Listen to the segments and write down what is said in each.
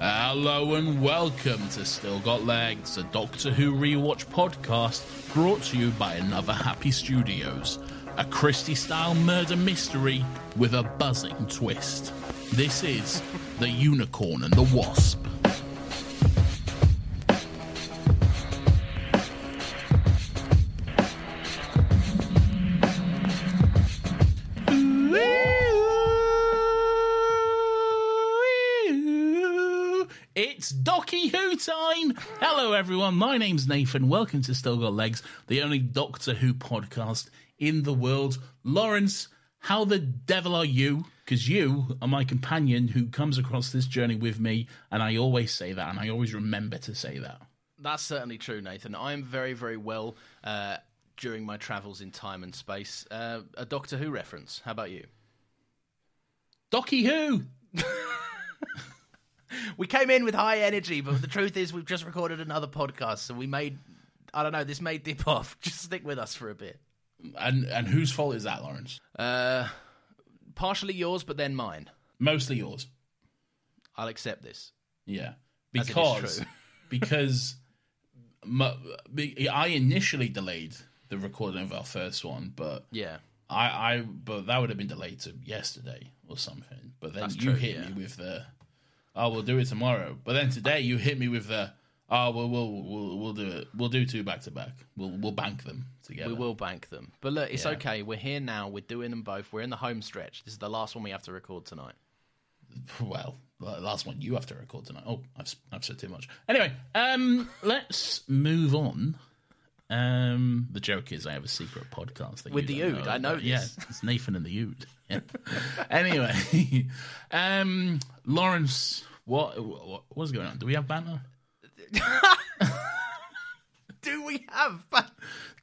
Hello and welcome to Still Got Legs, a Doctor Who rewatch podcast brought to you by Another Happy Studios, a Christie style murder mystery with a buzzing twist. This is The Unicorn and the Wasp. It's Docky Who time! Hello, everyone. My name's Nathan. Welcome to Still Got Legs, the only Doctor Who podcast in the world. Lawrence, how the devil are you? Because you are my companion who comes across this journey with me, and I always say that, and I always remember to say that. That's certainly true, Nathan. I am very, very well uh, during my travels in time and space. Uh, a Doctor Who reference. How about you? Docky Who! We came in with high energy, but the truth is, we've just recorded another podcast, so we made. I don't know. This may dip off. Just stick with us for a bit. And and whose fault is that, Lawrence? Uh, partially yours, but then mine. Mostly yours. I'll accept this. Yeah, As it is because true. because mu- be- I initially delayed the recording of our first one, but Yeah. I, I but that would have been delayed to yesterday or something. But then That's you true, hit yeah. me with the, oh, we'll do it tomorrow. But then today you hit me with the, oh, we'll we'll we'll, we'll do it. We'll do two back to back. We'll we'll bank them together. We will bank them. But look, it's Yeah. okay. We're here now. We're doing them both. We're in the home stretch. This is the last one we have to record tonight. well, the last one you have to record tonight. Oh, I've I've said too much. Anyway, um, let's move on. Um, the joke is I have a secret podcast that With you the don't Ood, I know about. Yeah, this. it's Nathan and the Ood. Yeah. anyway, um, Lawrence, what, what what's going on? Do we have banter? Do we have? Ban-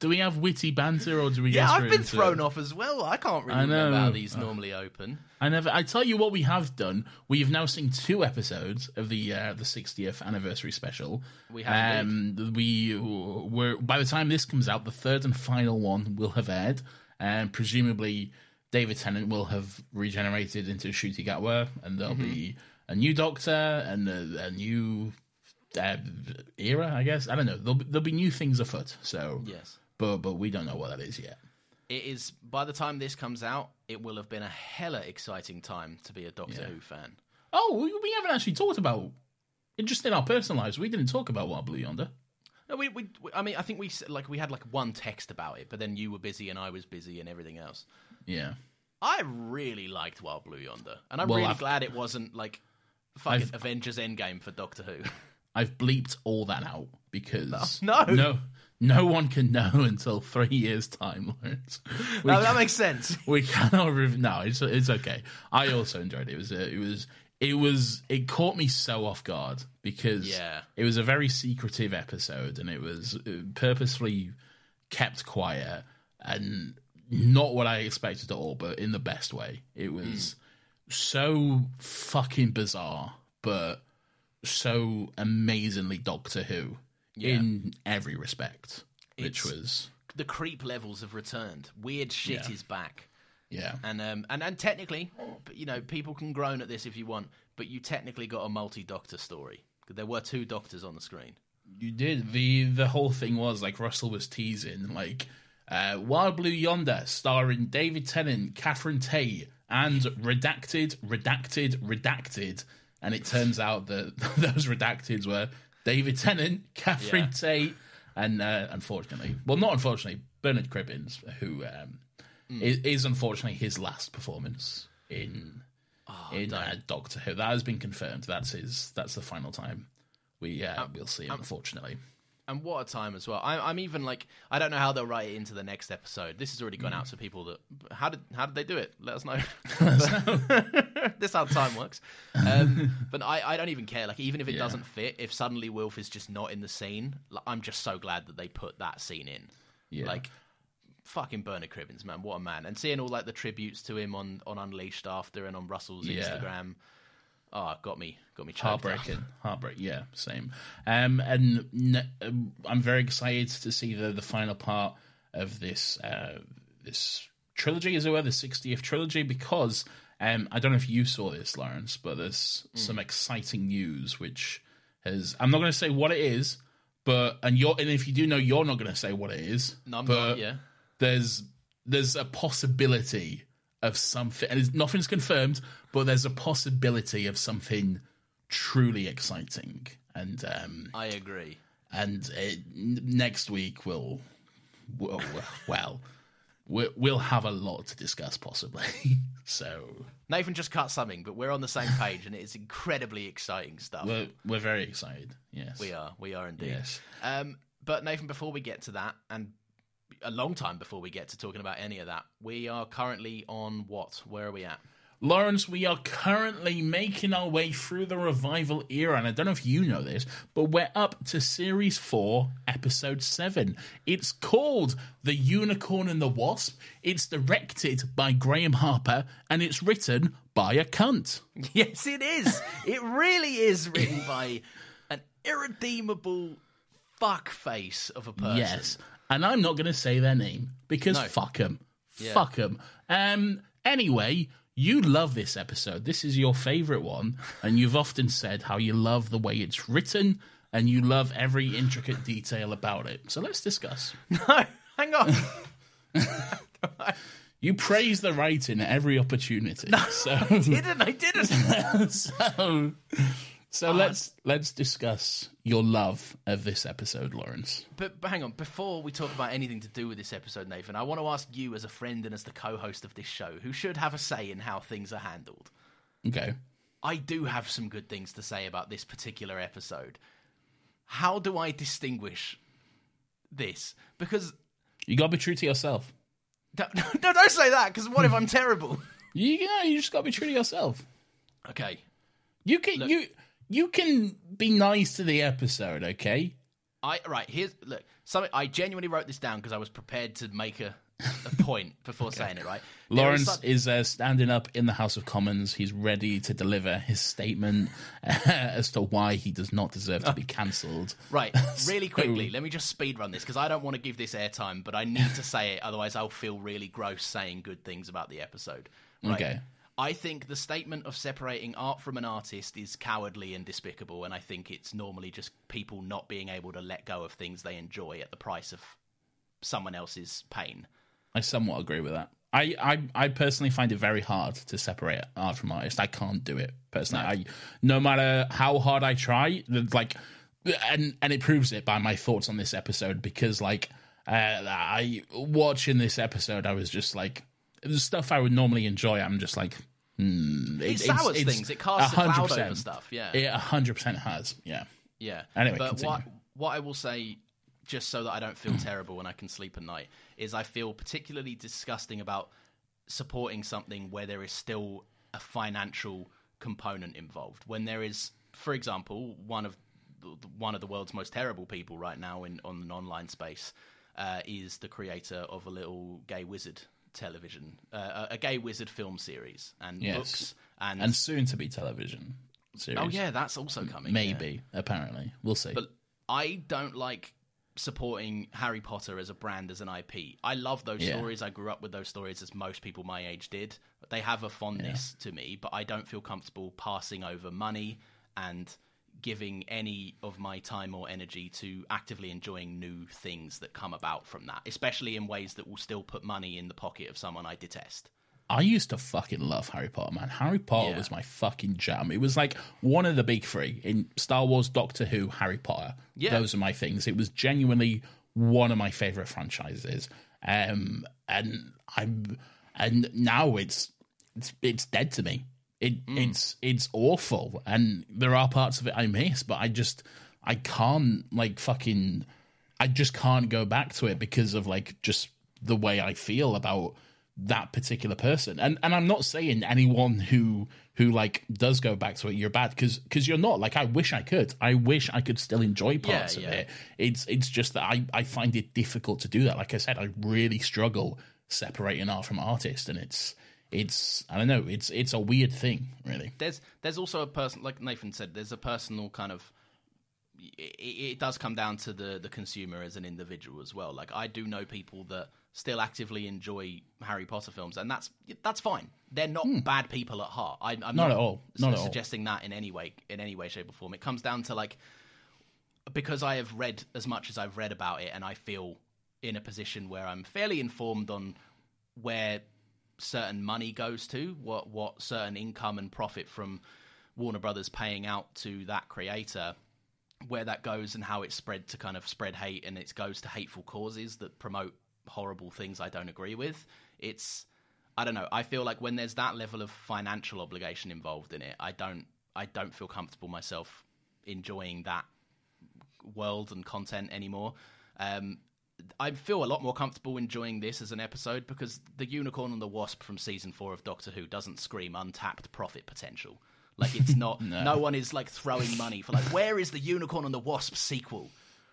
Do we have witty banter, or do we? yeah, just I've run been into- thrown off as well. I can't really I remember how know. Ah. these normally open. I never. I tell you what, we have done. We've now seen two episodes of the uh, the 60th anniversary special. We have Um, we were by the time this comes out, the third and final one will have aired, and presumably David Tennant will have regenerated into Shooty Gatwa, and there'll Mm-hmm. be a new Doctor and a, a new uh, era. I guess I don't know. There'll be, there'll be new things afoot. So Yes. but but we don't know what that is yet. It is by the time this comes out, it will have been a hella exciting time to be a Doctor Yeah. Who fan. Oh, we, we haven't actually talked about just in our personal lives. We didn't talk about what Blue Yonder. No, we, we, we- I mean, I think we s- like we had like one text about it, but then you were busy and I was busy and everything else. Yeah, I really liked Wild Blue Yonder, and I'm Well, really I've- glad it wasn't like fucking I've- Avengers Endgame for Doctor Who. I've bleeped all that out because No. no, no one can know until three years' time, Lawrence. We, no, that makes sense. we cannot. Re- no, it's it's okay. I also enjoyed it. It was a, it was it was it caught me so off guard because Yeah. it was a very secretive episode and it was uh, purposefully kept quiet and not what I expected at all, but in the best way. It was Hmm. so fucking bizarre, but so amazingly Doctor Who Yeah. in every respect, which It's- was The creep levels have returned. Weird shit Yeah. is back. yeah. And um and, and technically, but, you know, people can groan at this if you want, but you technically got a multi-doctor story. 'Cause There were two doctors on the screen. You did. The the whole thing was like Russell was teasing, like uh, Wild Blue Yonder, starring David Tennant, Catherine Tay, and redacted, redacted, redacted. And it turns out that those redacted were David Tennant, Catherine Yeah. Tay, and uh, unfortunately, well, not unfortunately, Bernard Cribbins, who um, i- is, unfortunately his last performance in in uh, Doctor Who. That has been confirmed. That's his. That's the final time. We uh, we'll see him, unfortunately. And what a time as well. I, I'm even like, I don't know how they'll write it into the next episode. This has already gone Mm. out to people that how did how did they do it? Let us know. this is how time works. Um, but I, I don't even care. Like even if it doesn't fit, if suddenly Wilf is just not in the scene, like, I'm just so glad that they put that scene in. Yeah. Like fucking Bernard Cribbins, man, what a man! And seeing all like the tributes to him on on Unleashed after and on Russell's Yeah. Instagram, oh, got me, got me. choked up. Heartbreaking, heartbreak. Yeah, same. Um, and n- um, I'm very excited to see the the final part of this uh, this trilogy, as it were, the 60th trilogy, because um, I don't know if you saw this, Lawrence, but there's some exciting news which has. I'm not going to say what it is, but and you're and if you do know, you're not going to say what it is. No, I'm but not, yeah. there's there's a possibility of something, and it's, nothing's confirmed, but there's a possibility of something truly exciting. And um, I agree. and it, n- next week we'll well, well we- we'll have a lot to discuss possibly. so Nathan just cut something, but we're on the same page, and it's incredibly exciting stuff. we're we're very excited. Yes, Oh. we are, we are indeed. Yes. Um, but Nathan, before we get to that, and a long time before we get to talking about any of that, we are currently on what? Where are we at? Lawrence, we are currently making our way through the revival era, and I don't know if you know this, but we're up to series four, episode seven. It's called The Unicorn and the Wasp. It's directed by Graham Harper, and it's written by a cunt. Yes, it is. it really is written by an irredeemable fuck face of a person. Yes. And I'm not going to say their name because No. fuck 'em. fuck 'em. Um, anyway, you love this episode. This is your favorite one. And you've often said how you love the way it's written and you love every intricate detail about it. So let's discuss. No, hang on. You praise the writing at every opportunity. So, didn't I? Didn't. so, so Uh, let's let's discuss your love of this episode, Lawrence. But, but hang on, before we talk about anything to do with this episode, Nathan, I want to ask you, as a friend and as the co host of this show, who should have a say in how things are handled. Okay. I do have some good things to say about this particular episode. How do I distinguish this? Because. You got to be true to yourself. Don't, no, don't say that, because what if I'm terrible? You, you know, you just got to be true to yourself. Okay. You can you you can be nice to the episode, okay? I right here's look. Something I genuinely wrote this down because I was prepared to make a, a point before saying it. Right, There is Lawrence some- is uh, standing up in the House of Commons. He's ready to deliver his statement as to why he does not deserve to be cancelled. Uh, Right, really quickly, let me just speed run this because I don't want to give this airtime, but I need to say it, otherwise I'll feel really gross saying good things about the episode. Right. Okay. I think the statement of separating art from an artist is cowardly and despicable, and I think it's normally just people not being able to let go of things they enjoy at the price of someone else's pain. I somewhat agree with that. I, I, I personally find it very hard to separate art from artist. I can't do it personally. I no matter how hard I try, th- like, and and it proves it by my thoughts on this episode because like, uh, I watching this episode, I was just like, the stuff I would normally enjoy, I'm just like, hmm, It sours things. It casts a cloud over stuff, yeah. it hundred percent has. Yeah, Yeah. Anyway, but continue. what what I will say, just so that I don't feel terrible when I can sleep at night, is I feel particularly disgusting about supporting something where there is still a financial component involved. When there is, for example, one of the- one of the world's most terrible people right now in on an online space uh, is the creator of a little gay wizard television, uh, a- a gay wizard film series and Yes. books And, and soon to be television series. oh yeah, that's also coming. yeah. maybe apparently we'll see. But I don't like supporting Harry Potter as a brand as an IP. I love those Yeah. stories. I grew up with those stories as most people my age did. They have a fondness to me, but I don't feel comfortable passing over money and giving any of my time or energy to actively enjoying new things that come about from that, especially in ways that will still put money in the pocket of someone I detest. I used to fucking love Harry Potter, man. Harry Potter Yeah. was my fucking jam. It was like one of the big three in Star Wars, Doctor Who, Harry Potter. Yeah. Those are my things. It was genuinely one of my favorite franchises. Um, and I'm, and now it's, it's, it's dead to me. It, It's, it's awful. And there are parts of it I miss, but I just, I can't like fucking, I just can't go back to it because of like just the way I feel about that particular person. And and I'm not saying anyone who who like does go back to it you're bad because because you're not. Like I wish I could. I wish I could still enjoy parts yeah. of it. It's it's just that I I find it difficult to do that. Like I said, I really struggle separating art from artist, and it's it's I don't know. It's it's a weird thing, really. there's there's also a person like Nathan said. There's a personal kind of. It, it does come down to the the consumer as an individual as well. Like I do know people that still actively enjoy Harry Potter films, and that's that's fine. They're not bad people at heart. I, I'm not, at all. Hmm. Not su- at all. suggesting that in any way, in any way, shape, or form. It comes down to like because I have read as much as I've read about it, and I feel in a position where I'm fairly informed on where certain money goes to, what what certain income and profit from Warner Brothers paying out to that creator, where that goes and how it's spread to kind of spread hate and it goes to hateful causes that promote horrible things I don't agree with. It's I don't know. I feel like when there's that level of financial obligation involved in it, I don't I don't feel comfortable myself enjoying that world and content anymore. Um, I feel a lot more comfortable enjoying this as an episode because the unicorn and the wasp from season four of Doctor Who doesn't scream untapped profit potential. Like it's not. no. one is like throwing money for like where is the unicorn and the wasp sequel?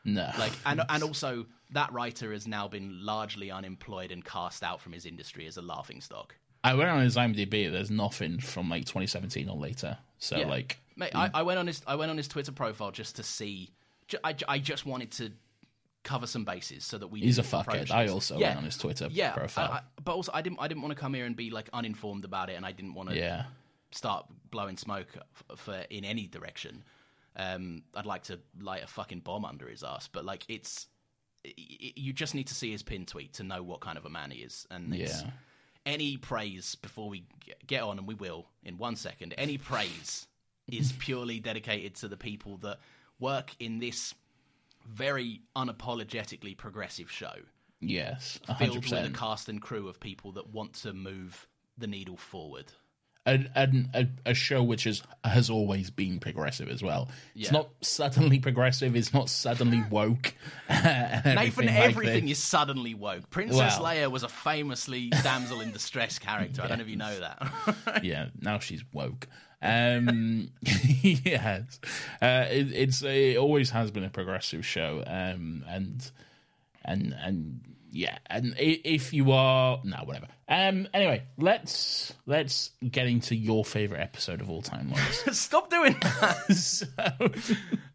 No, Like and and also that writer has now been largely unemployed and cast out from his industry as a laughing stock. I went on his IMDb. There's nothing from like 2017 or later. So Yeah. like Mate, I, I went on his I went on his Twitter profile just to see. ju- I, I just wanted to cover some bases so that we. He's a didn't approach fuckhead. I this. also went on his Twitter yeah, profile. I, I, but also I didn't I didn't want to come here and be like uninformed about it, and I didn't want to yeah. start blowing smoke f- for in any direction. Um, I'd like to light a fucking bomb under his ass, but like it's y- y- you just need to see his pin tweet to know what kind of a man he is, and it's, Yeah. any praise before we g- get on, and we will in one second. Any praise is purely dedicated to the people that work in this very unapologetically progressive show Yes, a filled hundred with a percent. cast and crew of people that want to move the needle forward. And and a, a show which is has always been progressive as well. It's Yeah. not suddenly progressive. It's not suddenly woke. everything Nathan, like everything this. is suddenly woke. Princess Well. Leia was a famously damsel in distress character. I don't know if you know that. yeah. Now she's woke. Um, yes, uh, it, it's it always has been a progressive show. Um, and and and yeah, and i- if you are no whatever. Um, anyway, let's let's get into your favorite episode of all time, Lawrence. Stop doing that. so,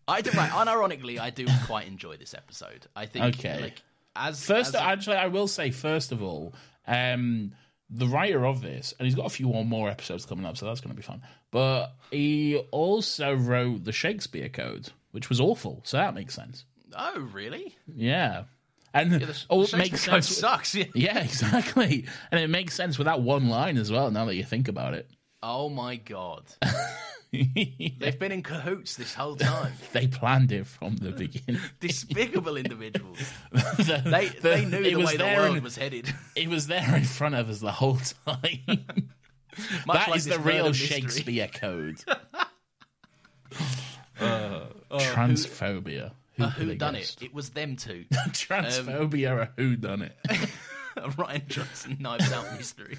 I do. Right, unironically, I do quite enjoy this episode. I think. Okay. Like, as First, uh, as a- actually, I will say first of all, um, the writer of this, and he's got a few or more episodes coming up, so that's going to be fun. But he also wrote the Shakespeare Code, which was awful, so that makes sense. oh really? Yeah, and Yeah, the, oh, the it Shakespeare makes Code sense. Sucks. Yeah. Yeah, exactly, and it makes sense with that one line as well. Now that you think about it, Oh my god. They've been in cahoots this whole time. they planned it from Hmm. the beginning. Despicable individuals. The- They the- they knew it the was way the there world in- was headed. It was there in front of us the whole time. Much That like is this the murder real mystery. Shakespeare code. Uh, Transphobia. Who, Who done it? Um, It was them two. Transphobia or who done it? Ryan Johnson knives out mystery.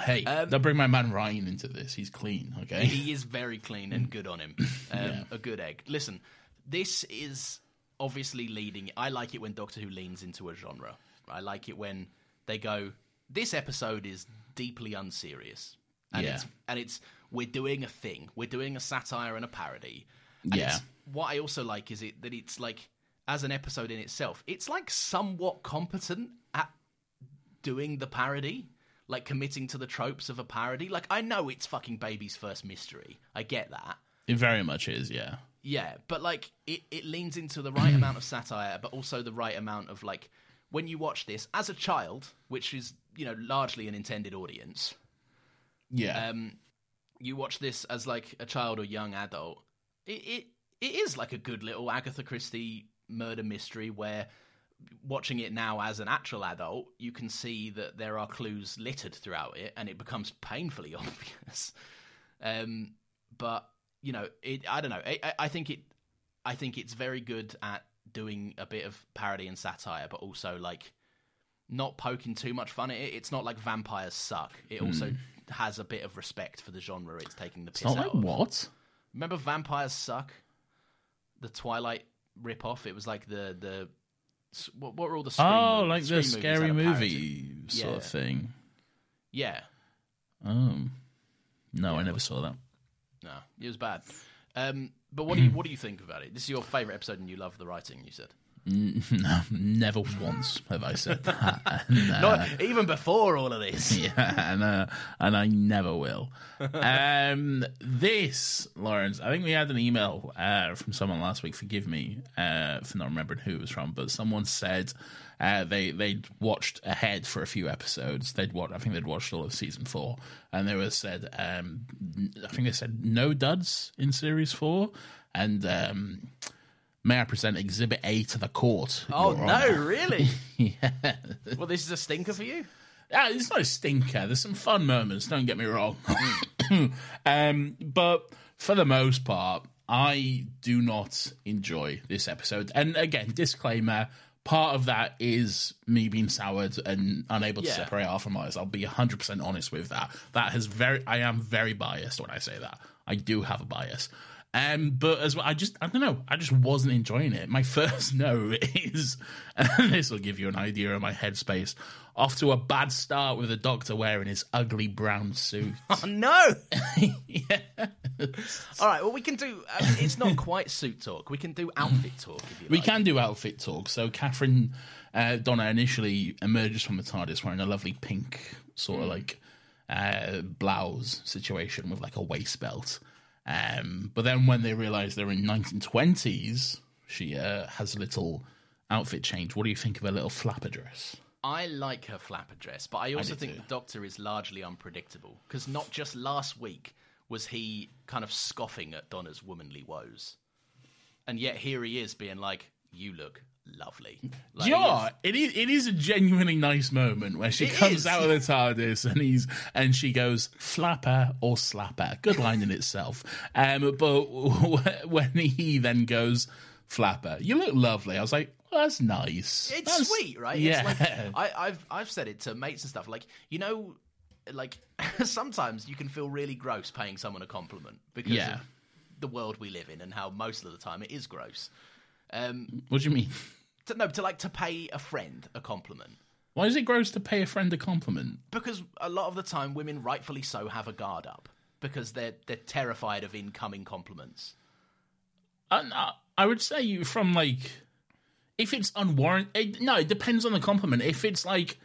Hey, don't bring my man Ryan into this. He's clean, okay? Um, He is very clean and good on him. Um, A good egg. Listen, this is obviously leading. I like it when Doctor Who leans into a genre. I like it when they go. This episode is deeply unserious. and Yeah. it's and it's we're doing a thing, we're doing a satire and a parody. And Yeah. it's- what I also like is it that it's like as an episode in itself, it's like somewhat competent at doing the parody, like committing to the tropes of a parody. Like I know it's fucking baby's first mystery, I get that. It very much is, yeah. Yeah, but like it, it leans into the right amount of satire, but also the right amount of like when you watch this as a child, which is you know largely an intended audience. Yeah. Um, you watch this as like a child or young adult. It it, it is like a good little Agatha Christie murder mystery where watching it now as an actual adult, you can see that there are clues littered throughout it, and it becomes painfully obvious. Um, but you know, it. I don't know. I, I- I think it. I think it's very good at doing a bit of parody and satire, but also like not poking too much fun at it. It's not like vampires suck. It also has a bit of respect for the genre it's taking the Hmm. it's piss not like out of. what? Remember vampires suck? The Twilight rip off. It was like the the s- what, what were all the scream Oh, mo- like scream the movies scary had a parody. movie sort of Yeah. thing. Yeah, Oh. No, I never saw that. no, it was bad. Um, but what do Hmm. you what do you think about it? This is your favorite episode, and you love the writing. You said No, never once have I said that. not even before all of this. yeah, and, uh, and I never will. Um, this, Lawrence, I think we had an email uh, from someone last week. Forgive me uh, for not remembering who it was from, but someone said uh, they they'd watched ahead for a few episodes. They'd watched, I think they'd watched all of season four, and they were said, um, n- I think they said no duds in series four, and. Um, May I present Exhibit A to the court? Oh Your no, Honour. really? Yeah. Well, this is a stinker for you. Ah, it's no stinker. There's some fun moments. Don't get me wrong. um, but for the most part, I do not enjoy this episode. And again, disclaimer: part of that is me being soured and unable to Yeah. separate art from artist. I'll be 100 percent honest with that. That has very. I am very biased when I say that. I do have a bias. Um, but as well, I just I don't know. I just wasn't enjoying it. My first no is and this will give you an idea of my headspace. Off to a bad start with the doctor wearing his ugly brown suit. No. yeah. All right. Well, we can do. I mean, it's not quite suit talk. We can do outfit talk if you like. We can do outfit talk. So Catherine uh, Donna initially emerges from the TARDIS wearing a lovely pink sort of like uh, blouse situation with like a waist belt. Um, but then when they realise they're in 1920s, she uh, has a little outfit change. What do you think of her little flapper dress? I like her flapper dress, but I also do think too. the Doctor is largely unpredictable because not just last week was he kind of scoffing at Donna's womanly woes, and yet here he is being like, "You look lovely." Like, yeah, it is. It is a genuinely nice moment where she It comes is. out of the TARDIS and he's and she goes flapper or slapper. Good line in itself. Um, but when he then goes flapper, you look lovely. I was like, well, that's nice. It's That's- sweet, right? Yeah. It's like, I, I've I've said it to mates and stuff. Like you know, like sometimes you can feel really gross paying someone a compliment because Yeah. of the world we live in and how most of the time it is gross. Um, what do you mean? to, no, to like to pay a friend a compliment Why is it gross to pay a friend a compliment? because a lot of the time women, rightfully so, have a guard up because they're they're terrified of incoming compliments. And I, I would say you from like, if it's unwarranted, no, it depends on the compliment. If it's like,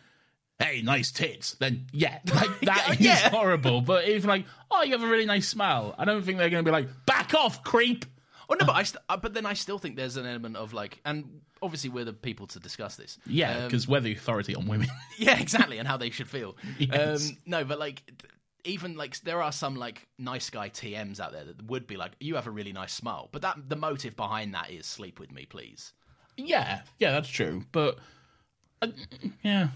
hey, nice tits, then yeah, like that is Yeah. horrible. But if like, oh, you have a really nice smile, I don't think they're going to be like, back off, creep. Oh no, but I st- uh, but then I still think there's an element of like, and obviously we're the people to discuss this. Yeah, Um, because we're the authority on women. yeah, exactly, and how they should feel. Yes. Um, no, but like th- even like there are some like nice guy TMs out there that would be like, you have a really nice smile, but that the motive behind that is sleep with me, please. yeah, yeah, that's true. But uh, yeah,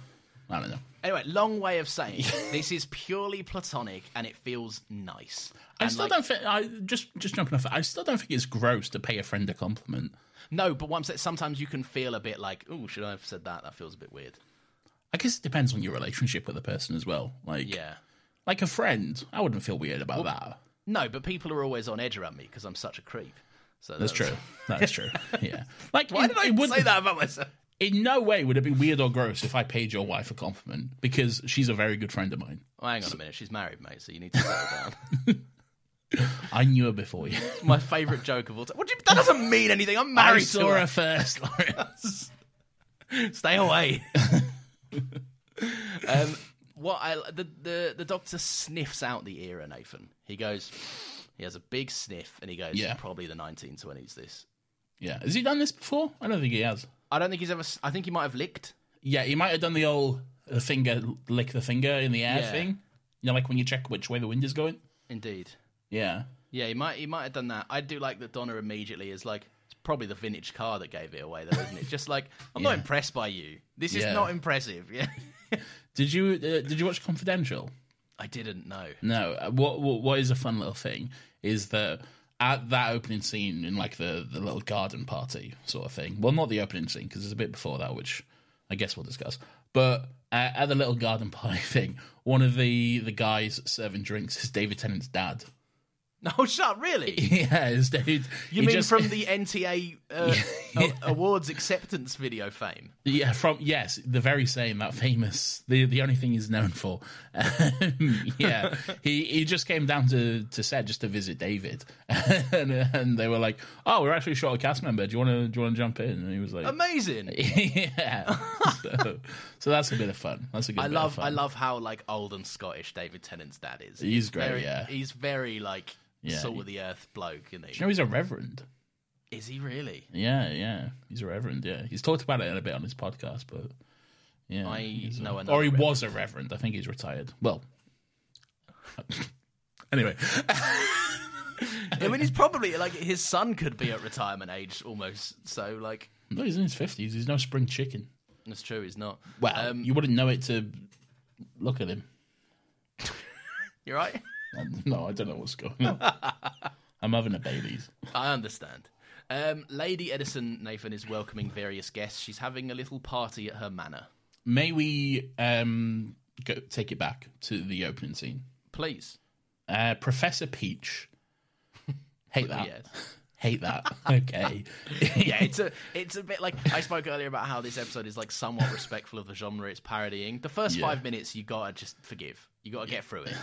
I don't know. Anyway, long way of saying this is purely platonic and it feels nice. I And, still like, don't think I just just jumping off. it, I still don't think it's gross to pay a friend a compliment. No, but what I'm saying, sometimes you can feel a bit like, oh, should I have said that? That feels a bit weird. I guess it depends on your relationship with the person as well. Like, Yeah. like a friend, I wouldn't feel weird about that. No, but people are always on edge around me because I'm such a creep. So That's that was- true. That is true. Yeah. Like Why it- did I it would- say that about myself? in no way would it be weird or gross if I paid your wife a compliment because she's a very good friend of mine. Well, hang on a minute. She's married, mate, so you need to settle down. I knew her before you. It's my favourite joke of all time. What do you, that doesn't mean anything. I'm I married to saw her. her first, Lawrence. Stay away. um, what I the, the the doctor sniffs out the era, Nathan. He goes, he has a big sniff, and he goes, Yeah. probably the 1920s. This. Yeah, has he done this before? I don't think he has. I don't think he's ever. s- I think he might have licked. Yeah, he might have done the old the finger lick the finger in the air Yeah. thing. You know, like when you check which way the wind is going. Indeed. Yeah, Yeah, he might he might have done that. I do like that Donna immediately is like it's probably the vintage car that gave it away though, isn't it? Just like I'm not impressed by you. This Yeah. is not impressive. Yeah. Did you uh, did you watch Confidential? I didn't know. No. Uh, What, what what is a fun little thing is that at that opening scene in like the the little garden party sort of thing. Well, not the opening scene because there's a bit before that, which I guess we'll discuss. But uh, at the little garden party thing, one of the the guys serving drinks is David Tennant's dad. No Oh, shut really. yeah, it's David. he You mean just- from the NTA uh, a- awards acceptance video fame? Yeah, from yes, the very same that famous. The the only thing he's known for. Um, yeah, he he just came down to to set just to visit David, and, and they were like, "Oh, we're actually short a cast member. Do you want to do you want to jump in?" And he was like, Amazing. "Yeah." so, so that's a bit of fun. That's a good. I bit Of love fun. I love how like old and Scottish David Tennant's dad is. He's great, very- yeah. He's very like Yeah. salt of the earth bloke, isn't Do he? you know he's a reverend? Is he really? Yeah, yeah, he's a reverend. Yeah, he's talked about it a bit on his podcast, but yeah, I he's a- know another or he was a reverend. I think he's retired. Well, anyway. I mean, he's probably like his son could be at retirement age almost. So like, No, he's in his fifties. He's no spring chicken. that's true. He's not. Well, Um, you wouldn't know it to look at him. you're right. Um, No, I don't know what's going on. I'm having a Bailey's. I understand. Um, Lady Edison Nathan is welcoming various guests. She's having a little party at her manor. May we um, go, take it back to the opening scene? Please, Uh, Professor Peach. Hate that. yes. Hate that. Okay. yeah, It's a, it's a bit like I spoke earlier about how this episode is like somewhat respectful of the genre it's parodying. The first Yeah. five minutes, you gotta just forgive. You gotta get through it.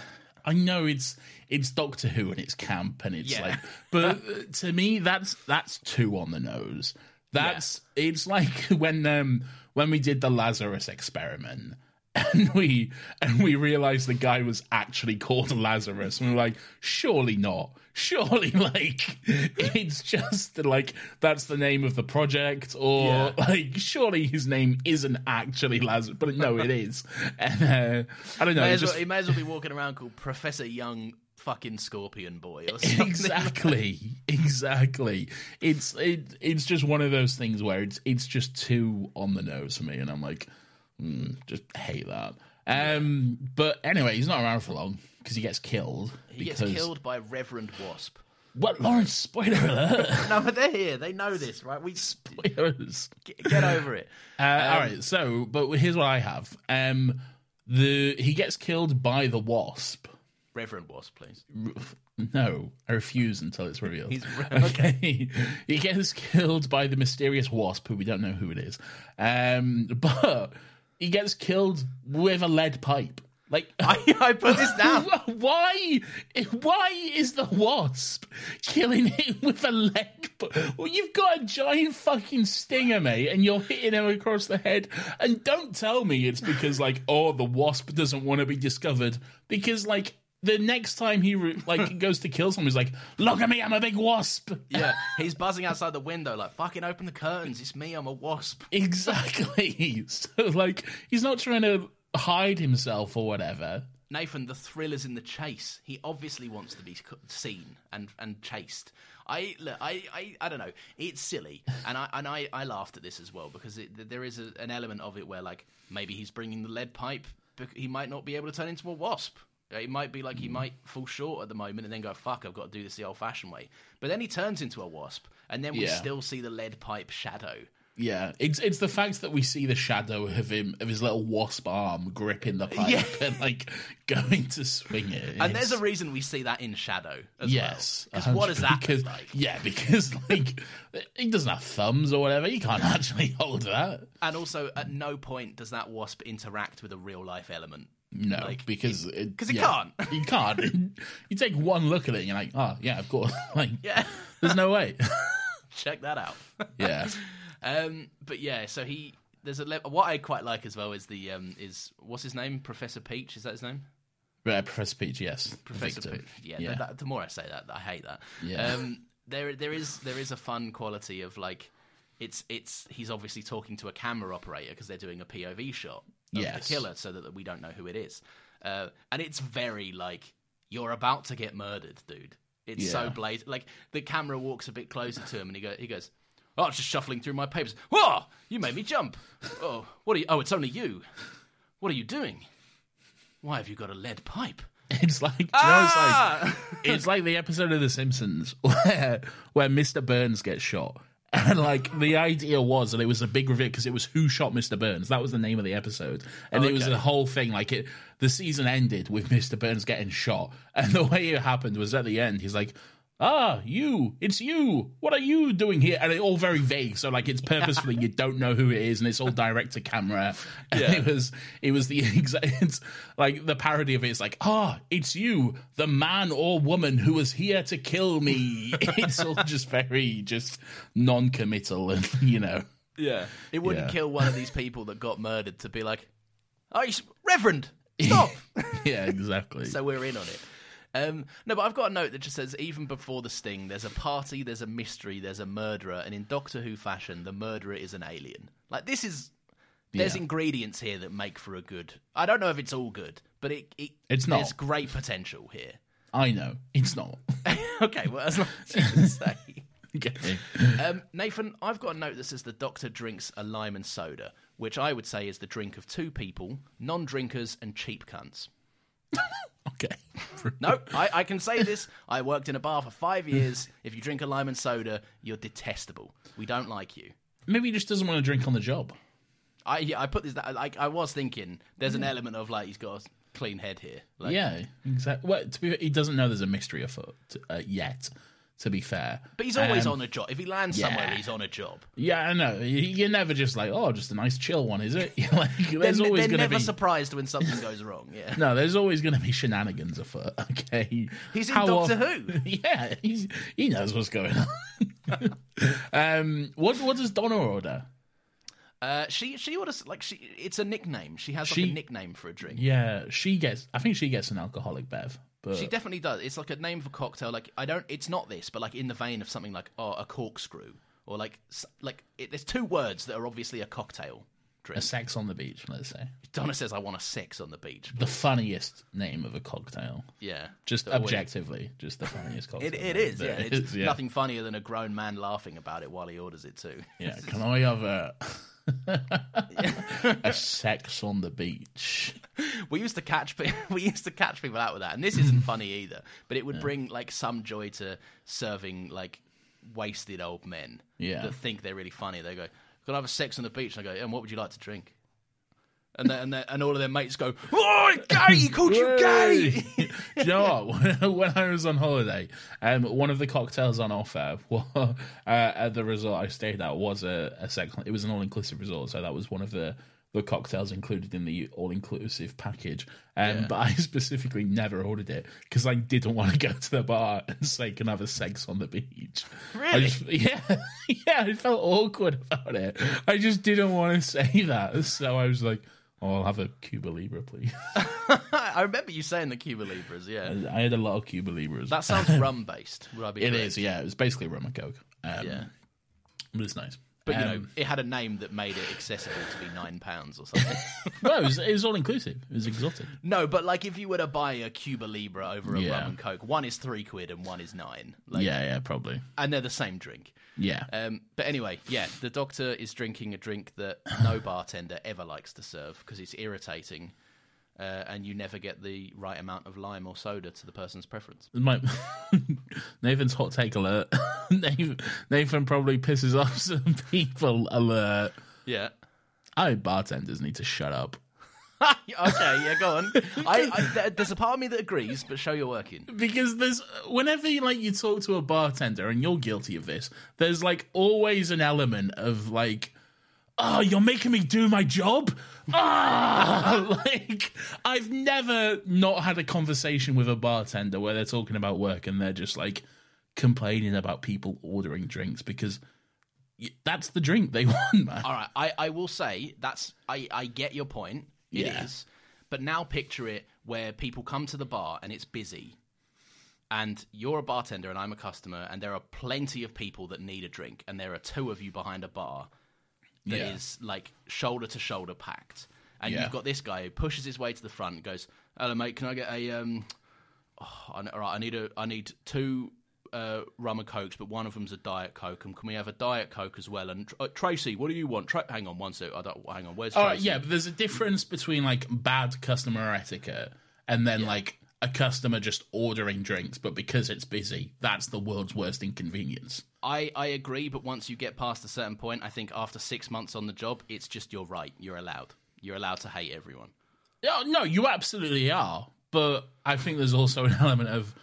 I know it's it's Doctor Who and it's camp and it's Yeah. like, but uh, to me that's that's too on the nose. That's it's like when um when we did the Lazarus experiment and we and we realized the guy was actually called Lazarus and we were like, surely not, surely like it's just like that's the name of the project or Yeah. like surely his name isn't actually Lazarus, but no, it is. And uh, I don't know. May it as well, just he may as well be walking around called Professor Young fucking Scorpion Boy or something. exactly exactly it's it, it's just one of those things where it's it's just too on the nose for me and i'm like mm, just hate that um but anyway he's not around for long because he gets killed He gets killed by Reverend Wasp. what lawrence spoiler alert No, but they're here. They know this, right? We spoilers get, get over it. Uh, Um, all right, so but here's what I have. Um, the he gets killed by the wasp. Reverend Wasp, please. No, I refuse until it's revealed. He's re- okay. he gets killed by the mysterious wasp, who we don't know who it is. Um, but he gets killed with a lead pipe. Like I, I put this down. Why? Why is the wasp killing him with a lead? pi- Well, you've got a giant fucking stinger, mate, and you're hitting him across the head. And don't tell me it's because like, oh, the wasp doesn't want to be discovered because like. The next time he re- like goes to kill someone, he's like, "Look at me, I'm a big wasp." Yeah, he's buzzing outside the window like, fucking open the curtains. It's me. I'm a wasp. Exactly. So like, he's not trying to hide himself or whatever. Nathan, the thriller's in the chase. He obviously wants to be c- seen and, and chased. I, look, I, I, I don't know. It's silly, and I and I, I laughed at this as well because it, there is a, an element of it where like maybe he's bringing the lead pipe. But he might not be able to turn into a wasp. Uh, It might be like he Mm. might fall short at the moment and then go fuck. I've got to do this the old-fashioned way. But then he turns into a wasp, and then we Yeah. still see the lead pipe shadow. Yeah, it's it's the fact that we see the shadow of him of his little wasp arm gripping the pipe Yeah. and like going to swing it. And there's It's- a reason we see that in shadow as yes, well. Because what does that because look like? yeah because like he doesn't have thumbs or whatever. He can't actually hold that. And also, at no point does that wasp interact with a real life element. No, Like, because it, 'cause it can't. You can't. you take one look at it, and you're like, oh yeah, of course. like, yeah, there's no way. Check that out. yeah, Um, but yeah, so he there's a le- what I quite like as well is the um is what's his name Professor Peach is that his name But, uh, Professor Peach. Yes, Professor Visitor. Peach yeah, th- that- the more I say that I hate that Yeah. um there there is there is a fun quality of like it's it's he's obviously talking to a camera operator because they're doing a POV shot of Yes. the killer so that we don't know who it is uh, and it's very like you're about to get murdered dude it's so Yeah. blatant like the camera walks a bit closer to him and he go he goes oh I was just shuffling through my papers whoa you made me jump oh what are you oh it's only you what are you doing why have you got a lead pipe It's like, you know, Ah! it's like it's like the episode of The Simpsons where where Mr. Burns gets shot. And like the idea was that it was a big reveal because it was who shot Mr. Burns. That was the name of the episode, and it was the whole thing. Like it, the season ended with Mr. Burns getting shot, and the way it happened was at the end. He's like, "Ah, you, it's you. What are you doing here?" And it all very vague. So like it's purposefully you don't know who it is, and it's all direct to camera. And it was it was the exact it's like the parody of it is like, "Ah, it's you, the man or woman who was here to kill me." it's all just very just non-committal, and you know. Yeah. It wouldn't Yeah. kill one of these people that got murdered to be like, oh, you, Reverend, stop. Yeah, exactly. so we're in on it. Um, no, but I've got a note that just says even before the sting, there's a party, there's a mystery, there's a murderer, and in Doctor Who fashion, the murderer is an alien. Like, this is. There's Yeah. ingredients here that make for a good. I don't know if it's all good, but it, it It's not. There's great potential here. I know it's not. okay, well, as long as you can say. okay. Um, Nathan, I've got a note that says the doctor drinks a lime and soda, which I would say is the drink of two people, non drinkers and cheap cunts. Okay. No, I, I can say this. I worked in a bar for five years. If you drink a lime and soda, you're detestable. We don't like you. Maybe he just doesn't want to drink on the job. I yeah, I put this that like I was thinking there's an element of like he's got a clean head here. Like, Mm. yeah, exactly. Well, to be fair, he doesn't know there's a mystery afoot uh, yet. To be fair, But he's always Um, on a job. If he lands somewhere, yeah. he's on a job. Yeah, I know. You- You're never just like, oh, just a nice chill one, is it? You're like, there's they're always they're going to never be surprised when something goes wrong. Yeah. no, there's always going to be shenanigans afoot. Okay, He's in Doctor Who. Yeah, he's, he knows what's going on. um, what what does Donna order? Uh, she she orders like she it's a nickname. She has like She- a nickname for a drink. Yeah, she gets. I think she gets an alcoholic bev. But She definitely does. It's like a name of a cocktail. Like I don't. It's not this, but like in the vein of something like oh, a corkscrew or like s- like it, there's two words that are obviously a cocktail a drink. sex on the beach, let's say. Donna says I want a six on the beach. The funniest name of a cocktail. Yeah, Just Always. objectively, just the funniest cocktail. Oh, It, it name is. there Yeah, it's is, yeah. nothing funnier than a grown man laughing about it while he orders it too. Yeah, can I have a a sex on the beach? we used to catch pe- we used to catch people out with that, and this isn't funny either. But it would bring like some joy to serving like wasted old men Yeah. that think they're really funny. They go, "Can I have a sex on the beach?" And I go, "And what would you like to drink?" And they, and they, and all of their mates go, "Oh, gay! He called you gay!" Do you know what? when I was on holiday, um, one of the cocktails on offer wa- uh, at the resort I stayed at was a, a sex. It was an all-inclusive resort, so that was one of the the cocktails included in the all-inclusive package. Um, But I specifically never ordered it because I didn't want to go to the bar and say, "Can I have a sex on the beach?" I Really? just- yeah, yeah. I felt awkward about it. I just didn't want to say that, so I was like. Oh, I'll have a Cuba Libre, please. I remember you saying the Cuba Libras. Yeah, I had a lot of Cuba Libres. that sounds rum based. Would I be? Uh, it correct? is, yeah. It was basically rum and coke. Um, Yeah. It was nice. But you know, Um, it had a name that made it accessible to be nine pounds or something. no, it was, it was all inclusive. It was exotic. No, but like if you were to buy a Cuba Libre over a Yeah. rum and coke, one is three quid and one is nine. Like, yeah, yeah, probably. And they're the same drink. Yeah. Um, but anyway, yeah, the doctor is drinking a drink that no bartender ever likes to serve because it's irritating uh, and you never get the right amount of lime or soda to the person's preference. My Nathan's hot take alert. Nathan, Nathan probably pisses off some people. Alert! Yeah. I bartenders need to shut up okay, yeah, go on. I, I, th- there's a part of me that agrees, but show you're working. because there's whenever like you talk to a bartender, and you're guilty of this. There's like always an element of like. Oh, you're making me do my job? Ah, like I've never not had a conversation with a bartender where they're talking about work and they're just like complaining about people ordering drinks because y- that's the drink they want, man. All right, I, I will say that's I, I get your point. It is, Yeah. but now picture it where people come to the bar and it's busy, and you're a bartender and I'm a customer, and there are plenty of people that need a drink, and there are two of you behind a bar that is Yeah. like shoulder to shoulder packed, and Yeah. you've got this guy who pushes his way to the front, and goes, "Hello, mate, can I get a um, oh, I, all right, I need a I need two uh, rum and cokes, but one of them's a diet coke, and can we have a diet coke as well? And uh, Tracy, what do you want? Tra- hang on one sec. I don't hang on. Where's All Tracy? right, Oh, yeah, but there's a difference between like bad customer etiquette and then like a customer just ordering drinks, but because it's busy, that's the world's worst inconvenience. I, I agree, but once you get past a certain point, I think after six months on the job, it's just you're right. You're allowed. You're allowed to hate everyone. No, no, you absolutely are, but I think there's also an element of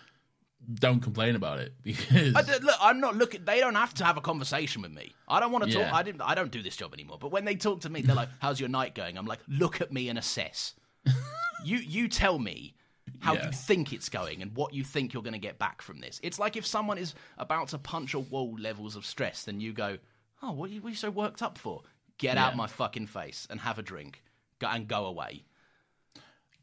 don't complain about it because I don't- look, I'm not looking. They don't have to have a conversation with me. I don't want to talk. Yeah. I didn't. I don't do this job anymore. But when they talk to me, they're like, "How's your night going?" I'm like, "Look at me and assess. you you tell me how Yeah. you think it's going and what you think you're going to get back from this. It's like if someone is about to punch a wall, levels of stress, then you go, "Oh, what are you, what are you so worked up for? Get out my fucking face and have a drink, go, and go away."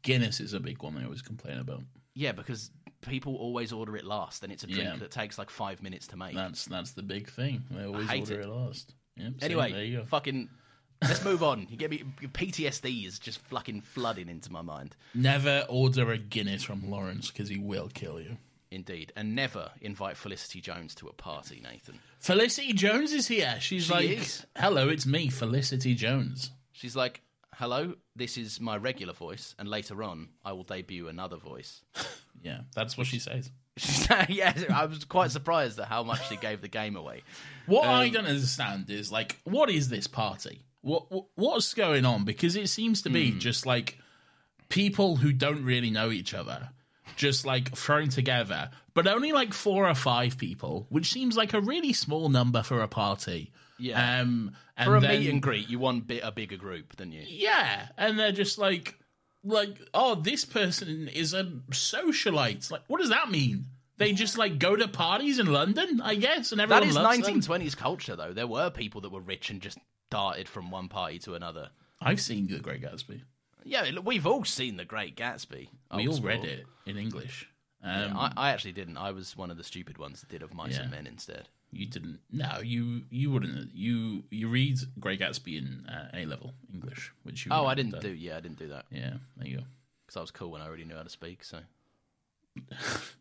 Guinness is a big one they always complain about. Yeah, because people always order it last, and it's a drink Yeah. that takes like five minutes to make. That's that's the big thing. They always hate order it. it, last. Yep, so there Anyway, you go. fucking. Let's move on. You get me. your PTSD is just fucking flooding into my mind. never order a Guinness from Lawrence because he will kill you. Indeed, and never invite Felicity Jones to a party, Nathan. Felicity Jones is here. She's She like, is. "Hello, it's me, Felicity Jones." She's like, "Hello, this is my regular voice, and later on, I will debut another voice." Yeah, that's what she says. She's like, yeah, I was quite surprised at how much she gave the game away. What Um, I don't understand is like, what is this party? What, what what's going on? Because it seems to Hmm. be just like people who don't really know each other, just like thrown together, but only like four or five people, which seems like a really small number for a party. Yeah. um, and For a then- meet and greet, you want bit a bigger group, than you? Yeah, and they're just like, like, oh, this person is a socialite. Like, what does that mean? They just like go to parties in London, I guess, and everyone That is loves them. 1920s culture, though. There were people that were rich and just darted from one party to another. I've seen The Great Gatsby. Yeah, look, we've all seen The Great Gatsby. We Old all read sport. it in English. Yeah, Um, I, I actually didn't. I was one of the stupid ones that did of mice and Yeah. men instead. you didn't. No, you you wouldn't. You you read Great Gatsby in uh, A level English, which you Oh, I wouldn't didn't have do. Yeah, I didn't do that done. Yeah, there you go. because I was cool and I already knew how to speak. So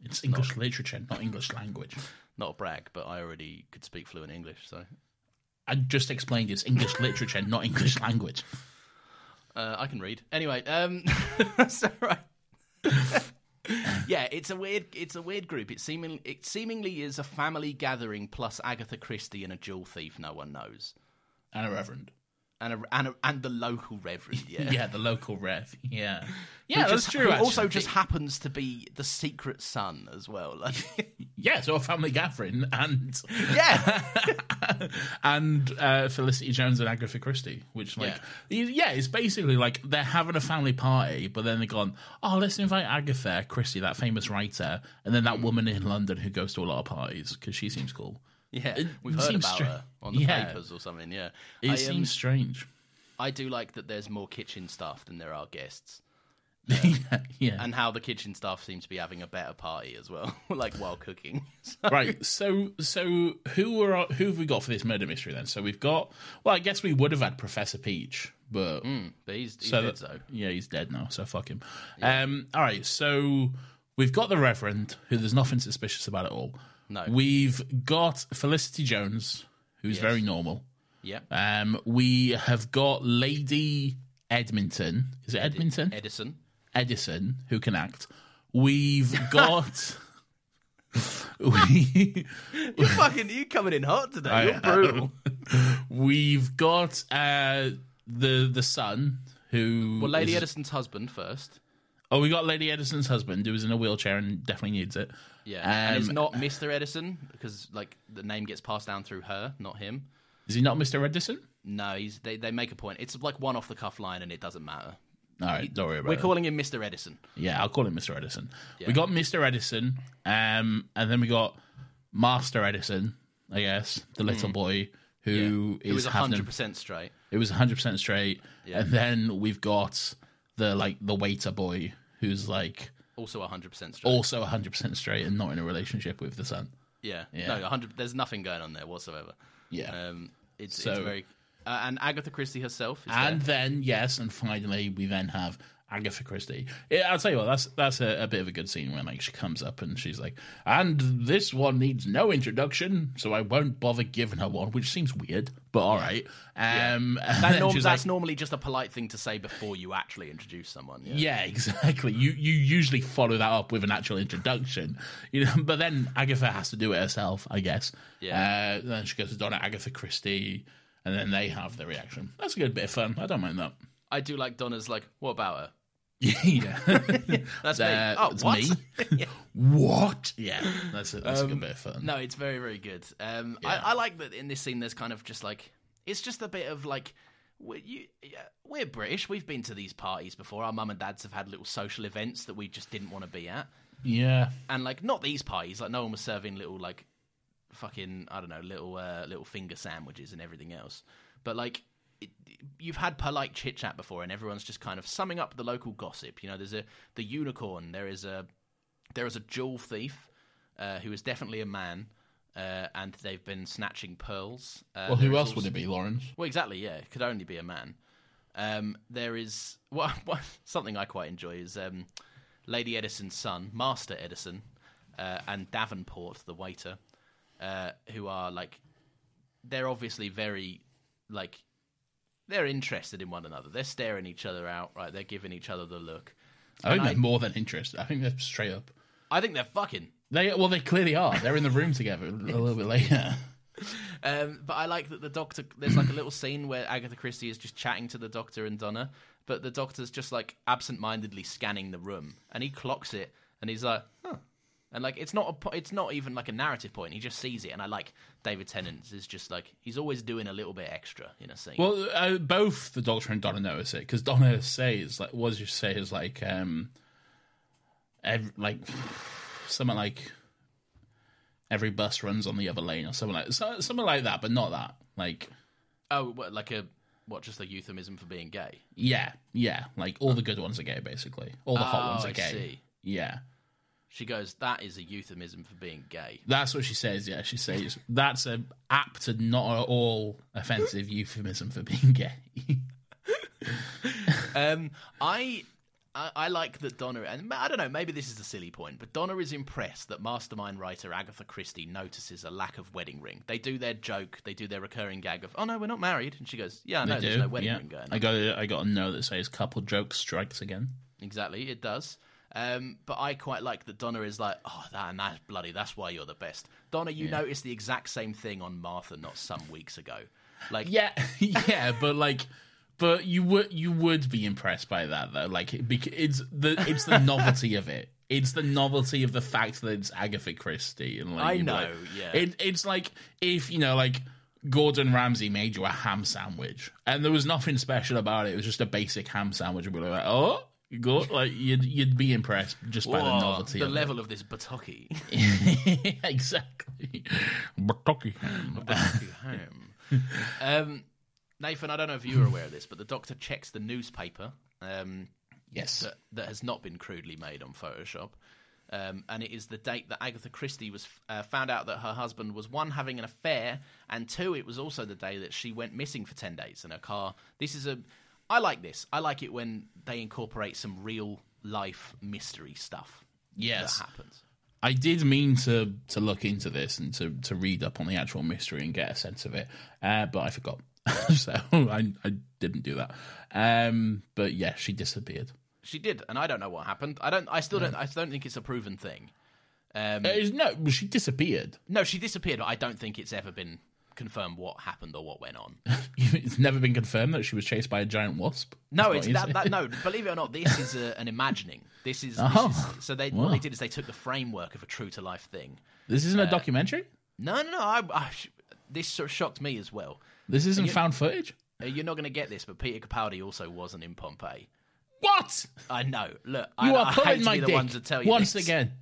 It's English literature, not English language. not a brag, but I already could speak fluent English. So I just explained it's English literature, not English language. uh, I can read. Anyway, um, that's all right. yeah, it's a weird. It's a weird group. It seemingly it seemingly is a family gathering plus Agatha Christie and a jewel thief no one knows, And a reverend. and a, and a, and the local reverend. Yeah. Yeah, the local rev. Yeah, Who yeah, that's just- true. who also actually. just happens to be the secret son as well. Like, yeah, so a family gathering and yeah. and uh, Felicity Jones and Agatha Christie, which like yeah. it's basically like they're having a family party, but then they've gone, oh, let's invite Agatha Christie, that famous writer, and then Hmm. that woman in London who goes to a lot of parties because she seems cool. Yeah, It we've heard seems about stra- her on the Yeah. papers or something. Yeah, It I, um, seems strange. I do like that. There's more kitchen staff than there are guests, yeah, yeah. and how the kitchen staff seem to be having a better party as well, like while cooking. So- right. So so who are who have we got for this murder mystery then? So we've got well, I guess we would have had Professor Peach, but. but he's, he's So dead, that- though. Yeah, he's dead now, so fuck him. Um, all right, so we've got the Reverend, who there's nothing suspicious about at all. No. We've got Felicity Jones, who's very normal. Yeah, Um, we have got Lady Edmonton. Is it Edmonton? Edison. Edison, who can act. We've got. we You're fucking you coming in hot today. I You're am. brutal. we've got uh, the the son who Well, Lady is- Edison's husband first. Oh, we got Lady Edison's husband who is in a wheelchair and definitely needs it. Yeah, and it's Um, not Mr. Edison because like the name gets passed down through her, not him. Is he not Mr. Edison? No, he's they, they make a point. It's like one off the cuff line, and it doesn't matter. All right, don't worry about We're it. calling him Mr. Edison. Yeah, I'll call him Mr. Edison. Yeah. We got Mr. Edison, um, and then we got Master Edison, I guess, the little boy who He is Hmm. was having. hundred percent straight. It was 100% straight. And then we've got the like the waiter boy who's like Also hundred percent straight. also 100% straight and not in a relationship with the son. yeah. No, hundred. There's nothing going on there whatsoever. Yeah. Um, it's, it's So- very. Uh, and Agatha Christie herself is and there. then yes, and finally we then have Agatha Christie. Yeah, I'll tell you what, that's that's a, a bit of a good scene when like she comes up and she's like, "And this one needs no introduction, so I won't bother giving her one," which seems weird, but all right. Um, and That then norm- she's that's like, normally just a polite thing to say before you actually introduce someone. Yeah. Yeah, exactly. You you usually follow that up with an actual introduction, you know. But then Agatha has to do it herself, I guess. Yeah. Uh, then she goes to Donna Agatha Christie, and then they have the reaction. That's a good bit of fun. I don't mind that. I do like Donna's. Like, what about her? yeah, That's Uh, me. Oh, it's what? me. what? Um, Yeah, that's a, that's a good bit of fun. No, it's very, very good. Um, I, I like that in this scene. There's kind of just like it's just a bit of like we're, you, yeah, we're British. We've been to these parties before. Our mum and dads have had little social events that we just didn't want to be at, Yeah, and like not these parties. Like no one was serving little like fucking I don't know little uh, little finger sandwiches and everything else. But like it, you've had polite chit chat before, and everyone's just kind of summing up the local gossip. You know, there's a the unicorn. There is a there is a jewel thief uh, who is definitely a man, uh, and they've been snatching pearls. Uh, well, there who is else also- would it be, Lawrence? well, exactly. Yeah, it could only be a man. Um, there is well, what, something I quite enjoy is um, Lady Edison's son, Master Edison, uh, and Davenport, the waiter, uh, who are like they're obviously very like they're interested in one another. They're staring each other out, right? They're giving each other the look. I think And I- they're more than interested. I think they're straight up. I think they're fucking. They well, they clearly are. They're in the room together a little bit later. Um, but I like that the doctor. There's like a little scene where Agatha Christie is just chatting to the doctor and Donna, but the doctor's just like absent-mindedly scanning the room, and he clocks it, and he's like, "Huh," and like it's not a, po- it's not even like a narrative point. He just sees it, and I like David Tennant is just like he's always doing a little bit extra in a scene. Well, uh, both the Doctor and Donna notice it because Donna says, like, what does she say is like, um, ev like, something like every bus runs on the other lane or something like so, something like that, but not that. Like, oh, what, like a what? Just a euphemism for being gay. yeah, yeah, like all the good ones are gay, basically. All the hot ones Oh, are I gay. see. Yeah, She goes, "That is a euphemism for being gay." that's what she says. Yeah, she says that's a apt and not at all offensive euphemism for being gay. Um, I, I I like that Donna, and I don't know, maybe this is a silly point, but Donna is impressed that mastermind writer Agatha Christie notices a lack of wedding ring. They do their joke, they do their recurring gag of, "Oh no, we're not married," and she goes, "Yeah, I know, there's no wedding yeah. ring going." on. I got a, I got a note that says couple joke strikes again. Exactly, it does. Um, but I quite like that Donna is like, oh, that and that's bloody, that's why you're the best. Donna, you noticed the exact same thing on Martha not some weeks ago. Like, Yeah, yeah, but like, but you would you would be impressed by that though. Like, it bec- it's the it's the novelty of it. It's the novelty of the fact that it's Agatha Christie, and like I you'd be know, like- yeah. It, it's like if you know, like Gordon Ramsay made you a ham sandwich, and there was nothing special about it. It was just a basic ham sandwich, and we were like, oh. you Go, like you'd you'd be impressed just by whoa, the novelty, the of level of this bataki. it. exactly. Bukkake ham. home. um, Nathan, I don't know if you were aware of this, but the doctor checks the newspaper um, Yes, that, that has not been crudely made on Photoshop. Um, and it is the date that Agatha Christie was uh, found out that her husband was one having an affair, and two, it was also the day that she went missing for ten days in her car. This is a, I like this. I like it when they incorporate some real life mystery stuff yes. that happens. I did mean to to look into this and to to read up on the actual mystery and get a sense of it, uh, but I forgot, so I I didn't do that. Um, but yeah, she disappeared. She did, and I don't know what happened. I don't. I still don't. I don't think it's a proven thing. Um, Uh, is- no, well, she disappeared. no, she disappeared, but I don't think it's ever been confirmed what happened or what went on. it's never been confirmed that she was chased by a giant wasp. No, That's it's what that, it that. No, believe it or not, this is a, an imagining. This is, this Oh, is- so. They wow. what they did is they took the framework of a true to life thing. This isn't Uh, a documentary. No, no, no. I, I, this sort of shocked me as well. This isn't found footage. Uh, You're not going to get this, but Peter Capaldi also wasn't in Pompeii. What? I know. Look, You I, are I hate pulling to my be the dick one to tell you once this. again.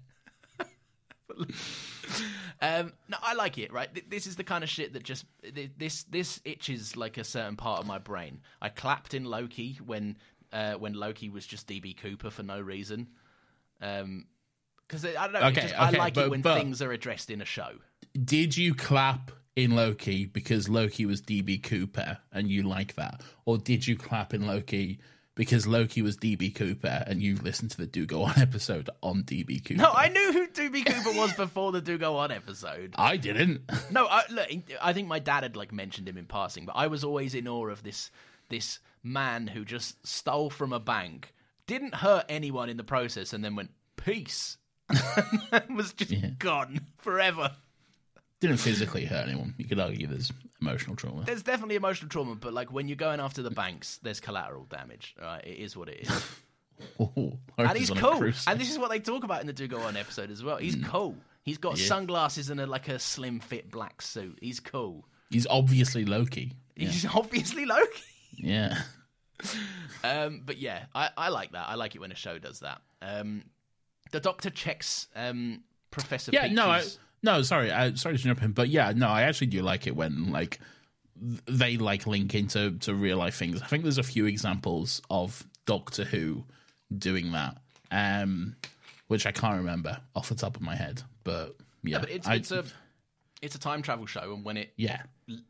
Um, no, I like it. Right, Th- this is the kind of shit that just th- this this itches like a certain part of my brain. I clapped in Loki when uh, when Loki was just DB Cooper for no reason. Um, because I don't know. it Okay, just, I okay, like but- it when but- things are addressed in a show. Did you clap in Loki because Loki was DB Cooper and you like that, or did you clap in Loki? Because Loki was DB Cooper, and you listened to the Do Go On episode on DB Cooper. No, I knew who DB Cooper was before the Do Go On episode. I didn't. No, I, look, I think my dad had like mentioned him in passing, but I was always in awe of this this man who just stole from a bank, didn't hurt anyone in the process, and then went peace, and was just gone forever. didn't physically hurt anyone. You could argue there's emotional trauma. There's definitely emotional trauma, but like when you're going after the banks, there's collateral damage. All right, it is what it is, Oh, and he's cool. And this is what they talk about in the Do Go On episode as well. He's cool. He's got sunglasses and a, like a slim fit black suit. He's cool. he's obviously Loki. He's obviously Loki. Yeah. Um, but yeah, I, I like that. I like it when a show does that. Um, the Doctor checks um, Professor. Yeah, no, I, Peach's- no, sorry, I, sorry to jump in, but yeah, no, I actually do like it when like th- they like link into to real life things. I think there's a few examples of Doctor Who doing that, um, which I can't remember off the top of my head, but yeah, but it's I- it's a it's a time travel show, and when it yeah,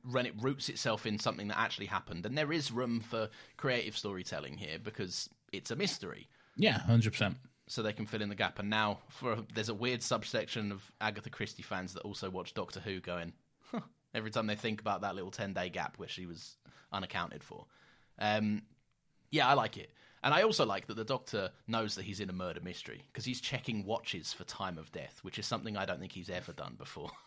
when it roots itself in something that actually happened, and there is room for creative storytelling here because it's a mystery, yeah, hundred percent. so they can fill in the gap. And now for there's a weird subsection of Agatha Christie fans that also watch Doctor Who, going huh, every time they think about that little ten day gap where she was unaccounted for. Um, Yeah, I like it. And I also like that the doctor knows that he's in a murder mystery because he's checking watches for time of death, which is something I don't think he's ever done before.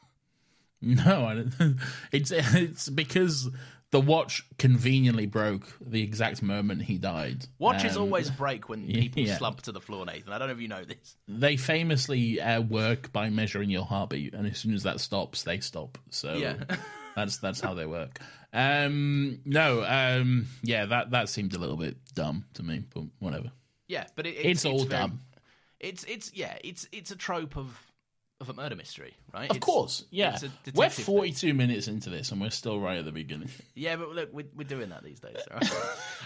No, I don't, it's it's because the watch conveniently broke the exact moment he died. Watches Um, always break when people yeah. slump to the floor, Nathan. I don't know if you know this. they famously uh, work by measuring your heartbeat, and as soon as that stops, they stop. So Yeah. that's that's how they work. Um, no, um, yeah, that that seemed a little bit dumb to me, but whatever. Yeah, but it, It's, all very- dumb, It's it's yeah, it's it's a trope of of a murder mystery, right? of course. Yeah, it's a detective we're thing. forty-two minutes into this, and we're still right at the beginning. Yeah, but look, we're, we're doing that these days, all right?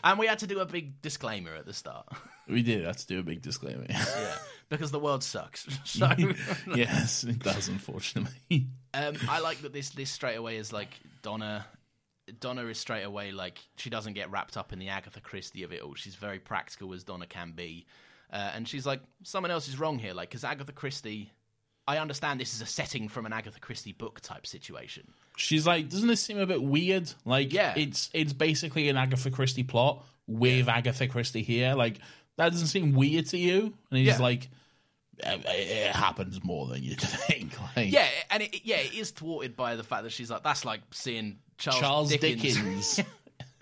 and we had to do a big disclaimer at the start, We did have to do a big disclaimer. yeah, because the world sucks. So yes, it does, unfortunately. Um, I like that this this straight away is like Donna. Donna is straight away like she doesn't get wrapped up in the Agatha Christie of it all. She's very practical as Donna can be, uh, and she's like someone else is wrong here. Like because Agatha Christie, I understand this is a setting from an Agatha Christie book type situation. She's like, doesn't this seem a bit weird? Like, Yeah. it's it's basically an Agatha Christie plot with Agatha Christie here. Like, that doesn't seem weird to you? And he's Yeah. like, "Uh, it, it happens more than you think. Like, Yeah, and it, yeah, it is thwarted by the fact that she's like that's like seeing Charles, Charles Dickens. Dickens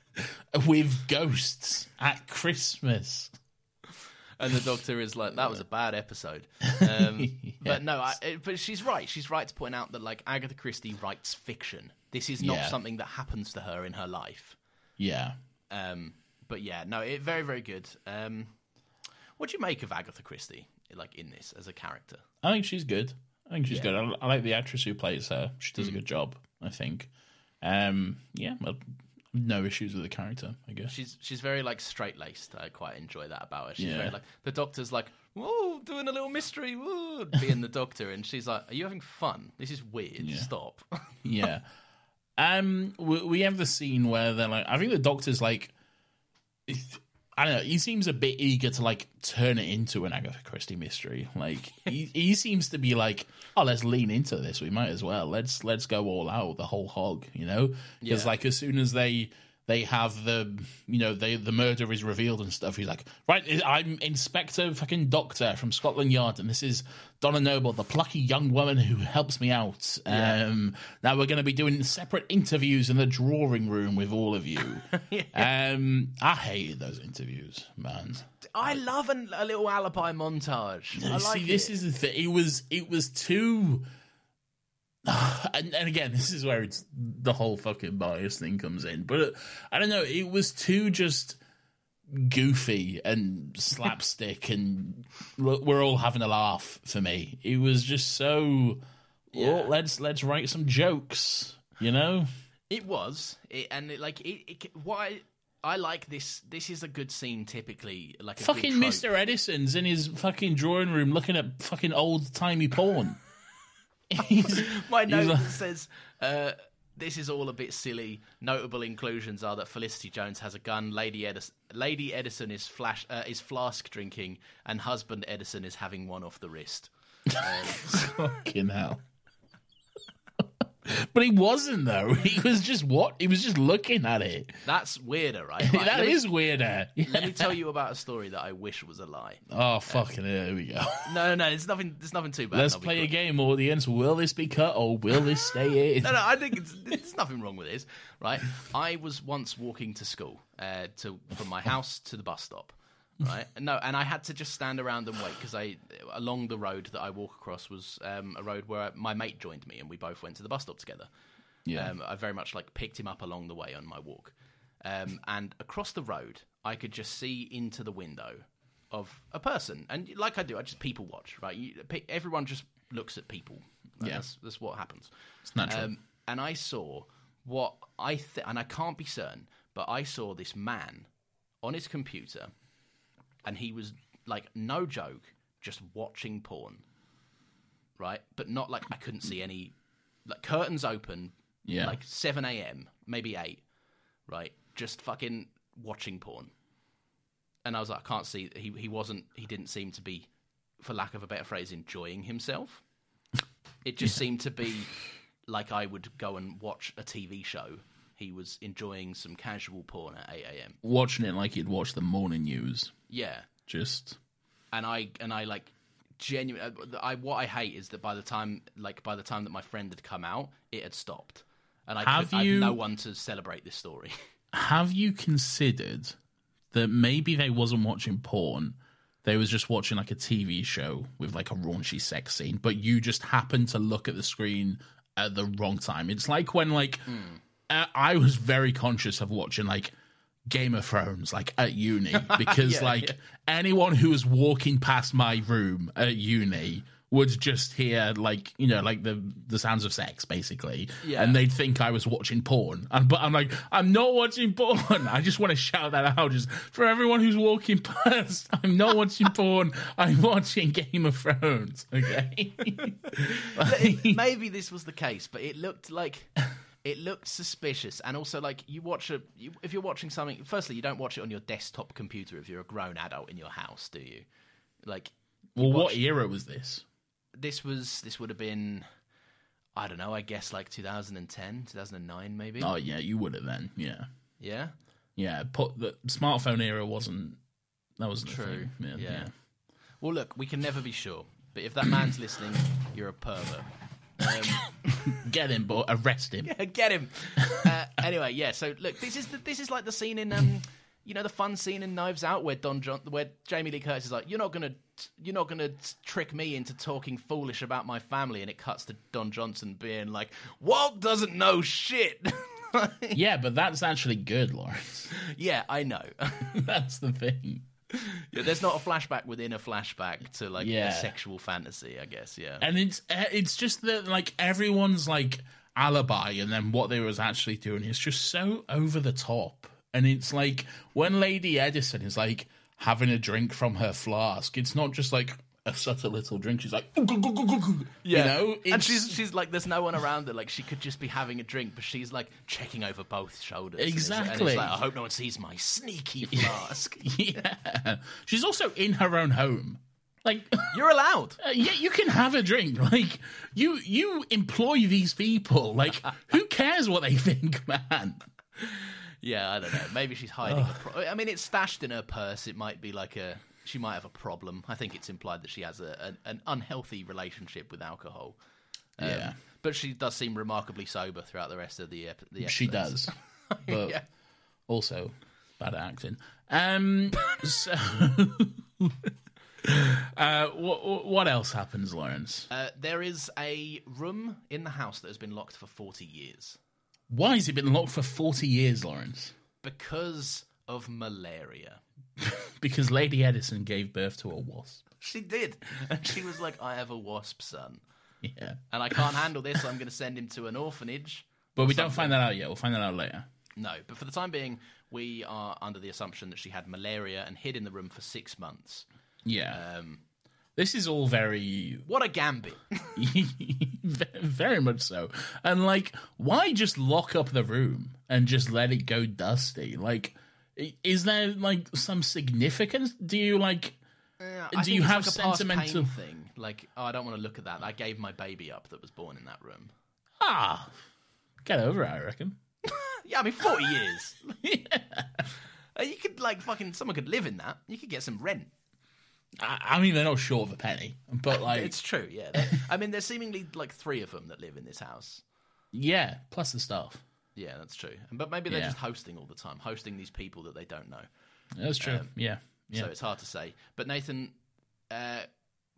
with ghosts at Christmas. and the doctor is like, "That was a bad episode." Um, But no, I, it- but she's right. She's right to point out that like Agatha Christie writes fiction. This is not Yeah. something that happens to her in her life. Yeah, Um, but yeah, no, it very very good. Um, what do you make of Agatha Christie like in this as a character? I think she's good. I think she's good. I, I like the actress who plays her. She Hmm. does a good job. I think. Um, yeah, well, no issues with the character. I guess. She's she's very like straight laced. I quite enjoy that about her. She's Yeah. very like the doctor's like, "Whoa, doing a little mystery, whoa," being the doctor, and she's like, "Are you having fun? This is weird. Stop." Yeah. Um, we, we have the scene where they're like, I think the doctor's like, I don't know, he seems a bit eager to like turn it into an Agatha Christie mystery. Like, he, he seems to be like, oh, let's lean into this. We might as well. Let's let's go all out, the whole hog, you know? Because like as soon as they they have the you know they the murder is revealed and stuff. He's like, right, I'm Inspector fucking Doctor from Scotland Yard, and this is Donna Noble, the plucky young woman who helps me out. Um, now we're going to be doing separate interviews in the drawing room with all of you. um, I hated those interviews, man. I love an, a little alibi montage. I like Uh, See, this it. is the thing. It was it was too. And, and again, this is where it's the whole fucking bias thing comes in. But uh, I don't know. It was too just goofy and slapstick, and look, we're all having a laugh. For me, it was just so. "Oh, let's let's write some jokes. You know, It was, it, and it, like it, it. What I, I like this. This is a good scene, typically. Like a good fucking trope. Mister Edison's in his fucking drawing room looking at fucking old timey porn. He's- My he's note like- that says, uh, "This is all a bit silly." Notable inclusions are that Felicity Jones has a gun, Lady Edison, Lady Edison is flash uh, is flask drinking, and husband Edison is having one off the wrist. Um, Fucking hell. but he wasn't though. He was just what? He was just looking at it. That's weirder, right? That Right, is let me- weirder. Let me tell you about a story that I wish was a lie. Oh fucking hell, here we go. No, no, no. It's nothing. There's nothing too bad. Let's I'll be play a quick. game, audience. Will this be cut or will this stay in? No, no, I think it's, there's nothing wrong with this, right? I was once walking to school, uh, to from my house to the bus stop, right? No, and I had to just stand around and wait because I along the road that I walk across was um, a road where my mate joined me, and we both went to the bus stop together. Yeah. um, I very much like picked him up along the way on my walk, um, and across the road I could just see into the window of a person, and like I do, I just people watch, right? You, pe- everyone just looks at people. Right? Yeah. that's, that's what happens. It's natural. Um, and I saw what I th- and I can't be certain, but I saw this man on his computer, and he was like, no joke, just watching porn, right? But not like I couldn't see any, like curtains open, Yeah. like seven a.m., maybe eight, right? Just fucking watching porn, and I was like, I can't see. He he wasn't. He didn't seem to be, for lack of a better phrase, enjoying himself. It just seemed to be like I would go and watch a TV show. He was enjoying some casual porn at 8 a.m. Watching it like you'd watch the morning news. Yeah, Just and I and I like genuine. uh, I what I hate is that by the time like by the time that my friend had come out, it had stopped, and I Have could, I had you- no one to celebrate this story. have you considered that maybe they wasn't watching porn they was just watching like a tv show with like a raunchy sex scene but you just happened to look at the screen at the wrong time it's like when like uh, i was very conscious of watching like game of thrones like at uni because like anyone who was walking past my room at uni would just hear like you know like the the sounds of sex basically Yeah. and they they'd think I was watching porn. And but I'm like, I'm not watching porn. I just want to shout that out just for everyone who's walking past. I'm not watching porn. I'm watching Game of Thrones. Okay. Maybe this was the case, but it looked like it looked suspicious, and also like you watch a you, if you're watching something. Firstly, you don't watch it on your desktop computer if you're a grown adult in your house, do you? Like well, what era was this? this was this would have been. I don't know. I guess like 2010, 2009, maybe. Oh yeah, you would have then. Yeah, Yeah, yeah. Put the smartphone era wasn't. That wasn't True, A thing. yeah. Well, look, we can never be sure. But if that man's listening, you're a pervert. Um, Get him, but arrest him. Get him. Uh, anyway, yeah. So look, this is the, this is like the scene in um, you know, the fun scene in Knives Out where Don John, where Jamie Lee Curtis is like, "You're not gonna, you're not gonna trick me into talking foolish about my family," and it cuts to Don Johnson being like, "Walt doesn't know shit." yeah, but that's actually good, Lawrence. yeah, I know. that's the thing. There's not a flashback within a flashback to like Yeah. a sexual fantasy, I guess. Yeah. and it's eh, it's just that like everyone's like alibi and then what they was actually doing is just so over the top and it's like when lady edison is like having a drink from her flask it's not just like a subtle little drink she's like "Ooh, goo, goo, goo, goo, goo," you know it's, and she's she's like, there's no one around her. Like she could just be having a drink, but she's like checking over both shoulders. And it's- and it's Exactly. like, I hope no one sees my sneaky flask. yeah she's also in her own home like You're allowed. Uh, yeah, you can have a drink. Like you, you employ these people. Like who cares what they think, man? Yeah, I don't know. Maybe she's hiding. A pro- I mean, it's stashed in her purse. It might be like a. She might have a problem. I think it's implied that she has a, a an unhealthy relationship with alcohol. Um, Yeah. but she does seem remarkably sober throughout the rest of the, ep- the episode. She does, but also bad at acting. Um, so, uh, what what else happens, Lawrence? Uh, there is a room in the house that has been locked for forty years Why has it been locked for forty years, Lawrence? because of malaria. Because Lady Edison gave birth to a wasp. She did, and she was like, "I have a wasp son, Yeah, and I can't handle this. I'm going to send him to an orphanage." but we don't find that out yet. We'll find that out later. No, but for the time being, we are under the assumption that she had malaria and hid in the room for six months. Yeah, Um, this is all very, what a gambit! very much so. And like, why just lock up the room and just let it go dusty? Like, i- is there like some significance? Do you like? I do think you it's have like a past pain sentimental? thing? Like, oh, I don't want to look at that. I gave my baby up that was born in that room. Ah, get over it. I reckon. Yeah, I mean, forty years. Uh, You could like fucking someone could live in that. You could get some rent. I, I mean, they're not short of a penny, but like, It's true, yeah. There- I mean, there's seemingly like three of them that live in this house. yeah, plus the staff. Yeah, that's true. But maybe they're Yeah. just hosting all the time, hosting these people that they don't know. That's true. yeah, yeah. Um, So it's hard to say. But Nathan, uh,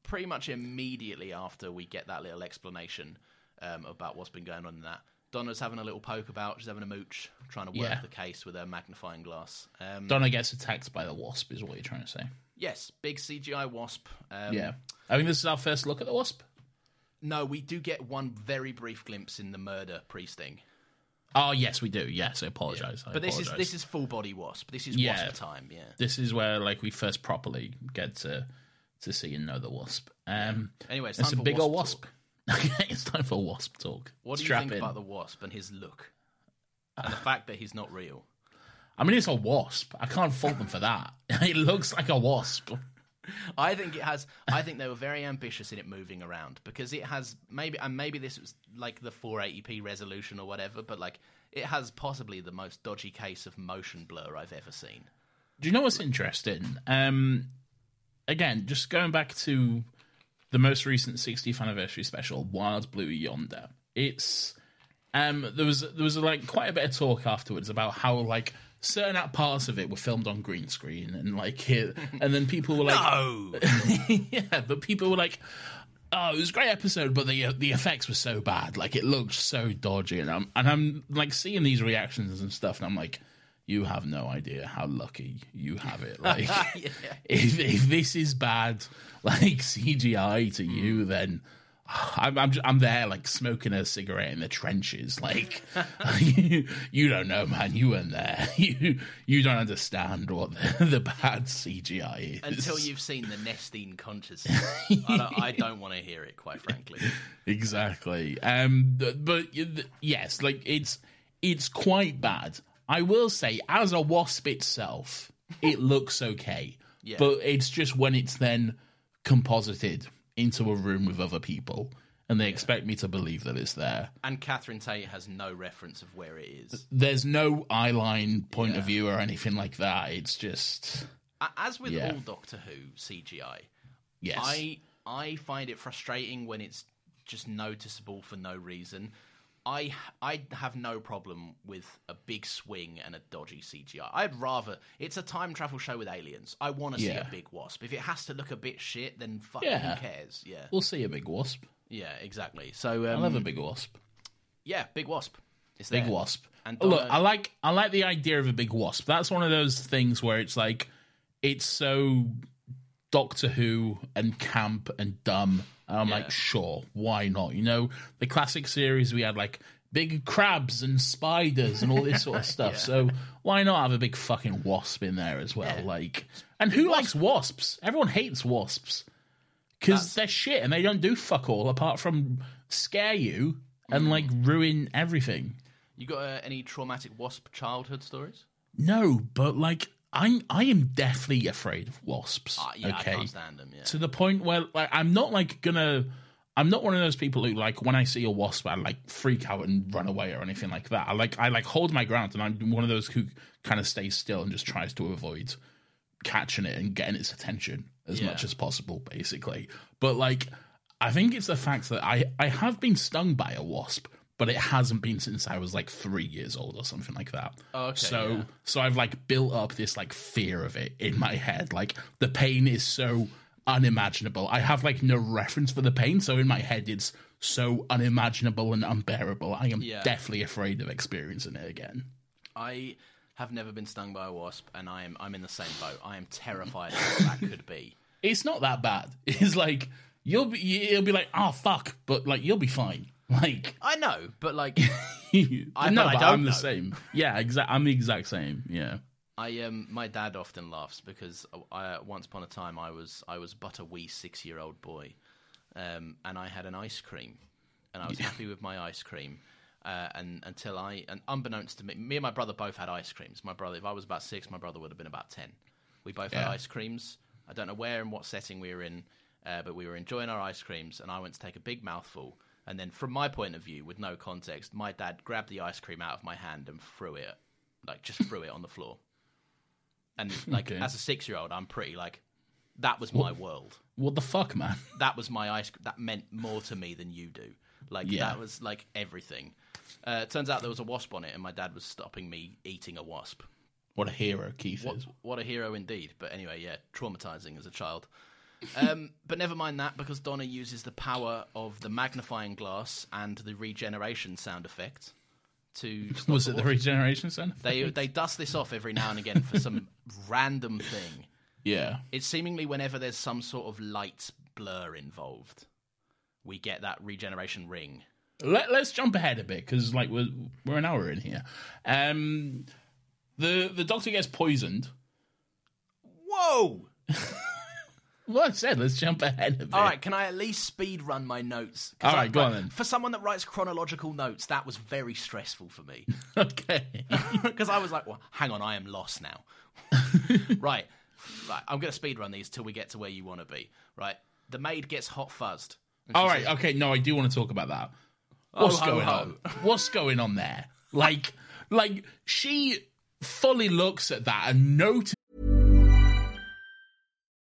pretty much immediately after we get that little explanation um, about what's been going on in that, Donna's having a little poke about. She's having a mooch, trying to work Yeah. the case with her magnifying glass. Um, Donna gets attacked by the wasp, is what you're trying to say. yes, big CGI wasp. Um, yeah. I mean, this is our first look at the wasp. No, we do get one very brief glimpse in the murder pre-sting. Oh, yes, we do. Yes, I apologize. I But this is apologize. this is full body wasp. This is Yeah. wasp time. Yeah. this is where like we first properly get to to see and know the wasp. Um, Anyway, it's it's a time for big old wasp wasp. Okay, it's time for wasp talk. What do you Strap think in. about the wasp and his look, and the fact that he's not real? I mean, it's a wasp. I can't fault them for that. it looks like a wasp. I think it has. I think they were very ambitious in it moving around because it has maybe and maybe this was like the 480p resolution or whatever, but like it has possibly the most dodgy case of motion blur I've ever seen. Do you know what's interesting? Um, again, just going back to the most recent 60th anniversary special, Wild Blue Yonder. It's um, there was there was like quite a bit of talk afterwards about how like certain parts of it were filmed on green screen and like it, and then people were like, yeah, but people were like. Oh, it was a great episode, but the uh, the effects were so bad. Like it looked so dodgy, and I'm and I'm like seeing these reactions and stuff, and I'm like, you have no idea how lucky you have it. Like, if, if this is bad, like CGI to you, then I'm, I'm I'm there like smoking a cigarette in the trenches. Like, you, you don't know, man. You weren't there. You you don't understand what the, the bad CGI is Until you've seen the nesting consciousness, I don't, I don't want to hear it. Quite frankly, Exactly. Um, th- but y- th- yes, like it's it's quite bad. I will say, as a wasp itself, it looks okay. Yeah. But it's just when it's then composited into a room with other people, and they expect me to believe that it's there. and Catherine Tate has no reference of where it is. There's no eye line, point of view, or anything like that. It's just A- As with Yeah. all Doctor Who CGI, yes, I I find it frustrating when it's just noticeable for no reason. I I have no problem with a big swing and a dodgy CGI. I'd rather it's a time travel show with aliens. I want to see Yeah. a big wasp. If it has to look a bit shit, then fuck Yeah. who cares? Yeah, we'll see a big wasp. yeah, exactly. So I um, love a big wasp. yeah, big wasp. It's big there. wasp. And look, Donna- I like I like the idea of a big wasp. That's one of those things where it's like it's so Doctor Who and camp and dumb. And I'm like, sure, why not? You know, the classic series we had like big crabs and spiders and all this sort of stuff. So why not have a big fucking wasp in there as well? Like, and who likes wasps? Everyone hates wasps because they're shit and they don't do fuck all apart from scare you and like ruin everything. You got uh, any traumatic wasp childhood stories? No, but like I'm I am deathly afraid of wasps. Uh, yeah, I okay. can't stand them. Yeah, to the point where like I'm not like gonna I'm not one of those people who like when I see a wasp, I like freak out and run away or anything like that. I like I like hold my ground, and I'm one of those who kind of stays still and just tries to avoid catching it and getting its attention as Yeah. much as possible, basically. But like, I think it's the fact that I I have been stung by a wasp, but it hasn't been since I was like three years old or something like that. Okay, so yeah. so I've like built up this like fear of it in my head. Like the pain is so unimaginable. I have like no reference for the pain, so in my head it's so unimaginable and unbearable. I am Yeah. definitely afraid of experiencing it again. I have never been stung by a wasp, and I'm I'm in the same boat. I am terrified of what that could be. It's not that bad. It's like you'll be you'll be like, oh fuck, but like you'll be fine. Like I know, but like I I- no, but I but don't I'm the know. same. Yeah, exact. I'm the exact same. Yeah. I um my dad often laughs because I once upon a time I was I was but a wee six year old boy, um and I had an ice cream, and I was happy with my ice cream. Uh, and until I, and unbeknownst to me, me and my brother both had ice creams. My brother, if I was about six, my brother would have been about ten. We both had Yeah. ice creams. I don't know where and what setting we were in, uh, but we were enjoying our ice creams, and I went to take a big mouthful. And then, from my point of view, with no context, my dad grabbed the ice cream out of my hand and threw it, like just threw it on the floor. And like Okay. as a six-year-old, I'm pretty like that was my world. What the fuck, man? That was my ice. That meant more to me than you do. Like Yeah. that was like everything. Uh, turns out there was a wasp on it, and my dad was stopping me eating a wasp. What a hero Keith What, is. what a hero indeed. But anyway, yeah, traumatizing as a child. Um, but never mind that, because Donna uses the power of the magnifying glass and the regeneration sound effect to. stop Was it the wasp. regeneration center? They they dust this off every now and again for some random thing. yeah. It's seemingly whenever there's some sort of light blur involved, we get that regeneration ring. Let, let's jump ahead a bit because like we're we're an hour in here. Um, the the doctor gets poisoned. Whoa! Well, I said let's jump ahead a bit. All right, can I at least speed run my notes? 'Cause All right, I- go on then. For someone that writes chronological notes, that was very stressful for me. Okay. because I was like, well, hang on, I am lost now. right, right, I'm going to speed run these till we get to where you want to be. Right, the maid gets hot fuzzed. And All she right. says, Okay. No, I do want to talk about that. What's Oh, ho, going ho. on? What's going on there? Like, like she fully looks at that and notices.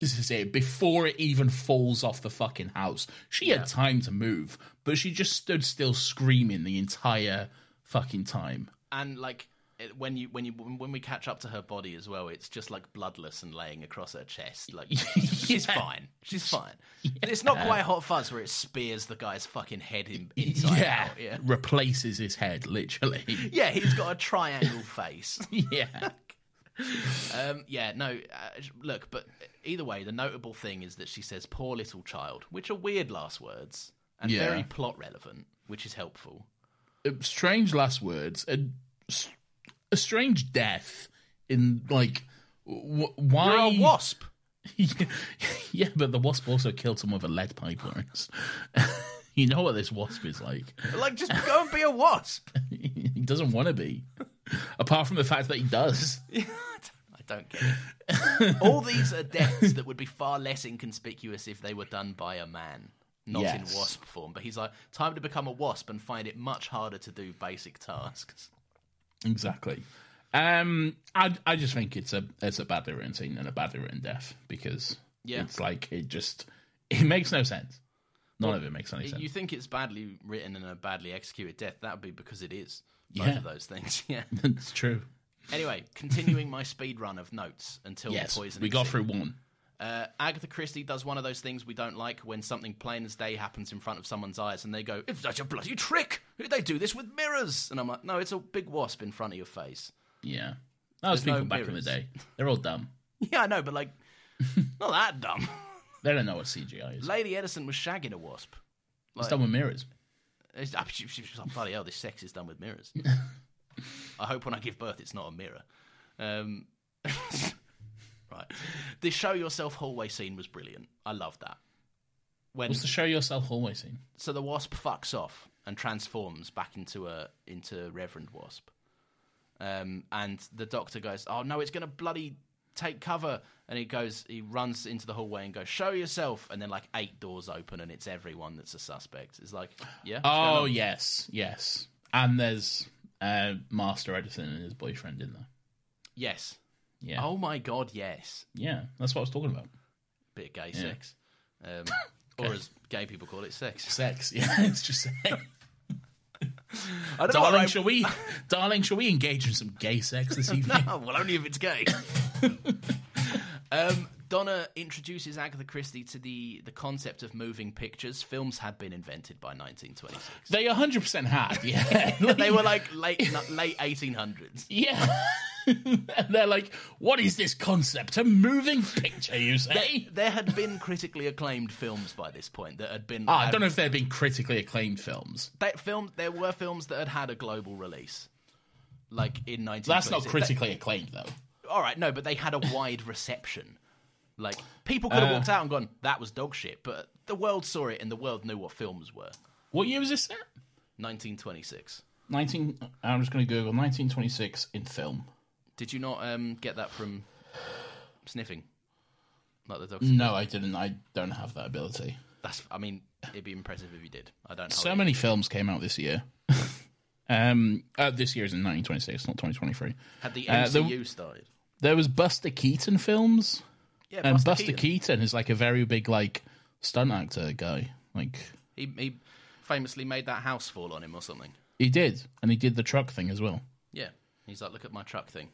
This is it. Before it even falls off the fucking house, she had time to move, but she just stood still, screaming the entire fucking time. and like it- when you when you when we catch up to her body as well, it's just like bloodless and laying across her chest. Like she's Yeah. Uh, fine, she's fine. And It's not quite hot fuzz where it spears the guy's fucking head in, inside yeah, out. Yeah, replaces his head literally. yeah, he's got a triangle face. yeah. Um, yeah, no, uh, look, but either way, the notable thing is that she says "poor little child," which are weird last words and Yeah. very plot relevant, which is helpful. strange last words and s- a strange death in like wh- why You're a wasp. yeah, but the wasp also killed someone with a lead pipe, Lawrence. you know what this wasp is like. Like, just go and be a wasp. he doesn't want to be, apart from the fact that he does. I don't get it. All these are deaths that would be far less inconspicuous if they were done by a man, not Yes. in wasp form. But he's like, time to become a wasp and find it much harder to do basic tasks. Exactly. Um, I I just think it's a it's a badly written scene and a badly written death because Yeah. It's like it just it makes no sense. None of it makes any sense. You think it's badly written and a badly executed death? That would be because it is both Yeah. of those things. Yeah. it's true. Anyway, continuing my speed run of notes until Yes, the poisoning. we got scene. through one. Uh, Agatha Christie does one of those things we don't like when something plain as day happens in front of someone's eyes, and they go, "It's such a bloody trick! They do this with mirrors." And I'm like, "No, it's a big wasp in front of your face." Yeah, that was There's people no back in the mirrors. day. They're all dumb. Yeah, I know, but like, not that dumb. They don't know what CGI is. Lady Edison was shagging a wasp. it's done with mirrors. It's, ah, she, she was like, bloody hell, this sex is done with mirrors. I hope when I give birth, it's not a mirror. Um, right. The show yourself hallway scene was brilliant. I love that. When What's the show yourself hallway scene? so the wasp fucks off and transforms back into a into Reverend Wasp, um, and the doctor goes, "Oh no, it's gonna bloody take cover!" And he goes, he runs into the hallway and goes, "Show yourself!" And then like eight doors open and it's everyone that's a suspect. It's like, yeah, what's going Oh on? yes, yes. And there's uh, Master Edison and his boyfriend in there. yes, Yeah, Oh my god, yes. yeah. That's what I was talking about. Bit of gay Yeah. sex. Um, Or as gay people call it, sex. Sex. Yeah, it's just sex. I don't darling, I- shall we, darling, shall we engage in some gay sex this evening? Oh, well, only if it's gay. um, Donna introduces Agatha Christie to the, the concept of moving pictures. Films had been invented by 1926. They 100 percent had. Yeah, They were like late no, late 1800s. yeah. and they're like, what is this concept? A moving picture, you say? There had been critically acclaimed films by this point that had been. Ah, I don't know if they've been critically acclaimed films. That film, there were films that had had a global release, like in 1926. That's not They- critically acclaimed though. all right, no, but they had a wide reception. Like people could Uh. have walked out and gone, "That was dog shit," but the world saw it and the world knew what films were. What year was this set? 1926. 19 I'm just going to Google 1926 in film. Did you not um, get that from sniffing? Like the dog. No, I didn't. I don't have that ability. That's. I mean, it'd be impressive if you did. I don't. So hold it. many films came out this year. um, uh, this year is in 1926, not 2023. Had the Uh, the- MCU started? There was Buster Keaton films, Yeah, and um, Buster Keaton. is like a very big like stunt actor guy. Like He, he famously made that house fall on him or something. he did, and he did the truck thing as well. Yeah, he's like, "Look at my truck thing."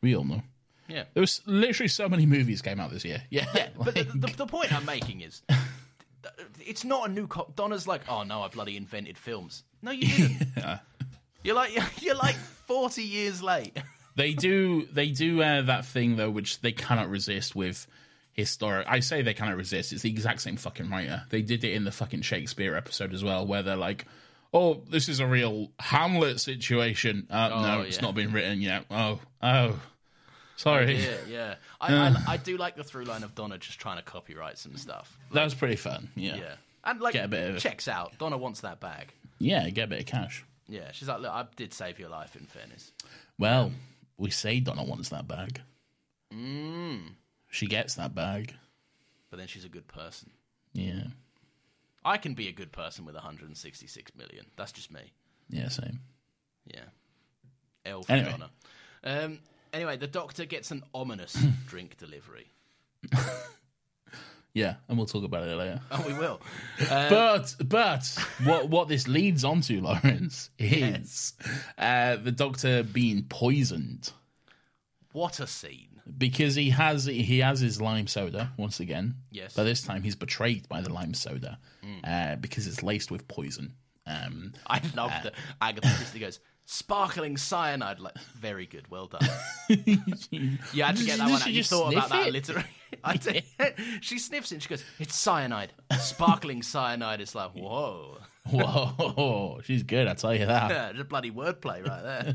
We all know. Yeah. There was literally so many movies came out this year. Yeah, Yeah, but the, the, the point I'm making is, it's not a new. Co- Donna's like, oh no, I bloody invented films. No, you didn't. You're like you're like 40 years late. They do they do uh, that thing though, which they cannot resist with historic. I say they cannot resist. It's the exact same fucking writer. They did it in the fucking Shakespeare episode as well, where they're like, "Oh, this is a real Hamlet situation." Uh, no, Oh, it's yeah. Oh, not been written yet. Oh, oh, sorry. Yeah, yeah. I, Uh. I, I do like the through line of Donna just trying to copyright some stuff. That was pretty fun. Yeah. Yeah, and like Get a bit of- checks out. Donna wants that bag. Yeah, get a bit of cash. Yeah, she's like, look, I did save your life. In fairness, Well, we say Donna wants that bag. Mm. Mm. She gets that bag. but then she's a good person. Yeah. I can be a good person with 166 million. That's just me. Yeah. Same. Yeah. L Anyway. Donna. Um, anyway, the doctor gets an ominous drink delivery. Yeah, and we'll talk about it later. Oh, we will. but but what what this leads on to, Lawrence, is uh, the doctor being poisoned What a scene. because he has he has his lime soda once again. Yes. but this time he's betrayed by the lime soda uh, because it's laced with poison. Um, I love that Agatha Christie goes, sparkling cyanide. Like, very good. Well done. You had to get that Did one she out. You just thought about sniff that it? literally. I did. she sniffs it and she goes, it's cyanide. Sparkling cyanide. It's like, whoa. Whoa, she's good. I tell you that. Yeah, just bloody wordplay right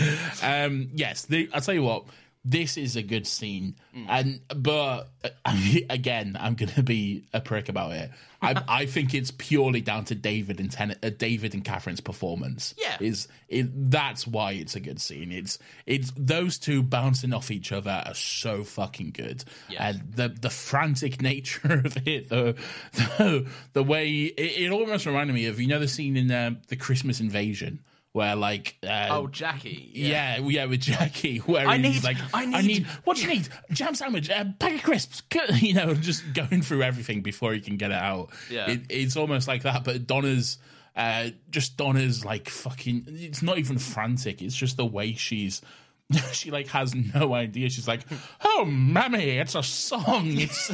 there. Um, yes, the, I'll tell you what. This is a good scene, Mm. and but uh, again, I'm going to be a prick about it. I, I think it's purely down to David and Ten- uh, David and Catherine's performance. Yeah. is it, that's why it's a good scene. It's it's those two bouncing off each other are so fucking good, Yeah. and the the frantic nature of it, the the, the way it, it almost reminded me of you know the scene in uh, the um, Christmas Invasion where like uh, Oh, Jackie. yeah. yeah, with Jackie, where I he's need- like, I need- what do you need? Jam sandwich, a bag of crisps, you know, just going through everything before he can get it out. Yeah. It, it's almost like that, but Donna's, uh, just Donna's like fucking, it's not even frantic, it's just the way she's. She like has no idea. She's like, "Oh, mammy, it's a song." It's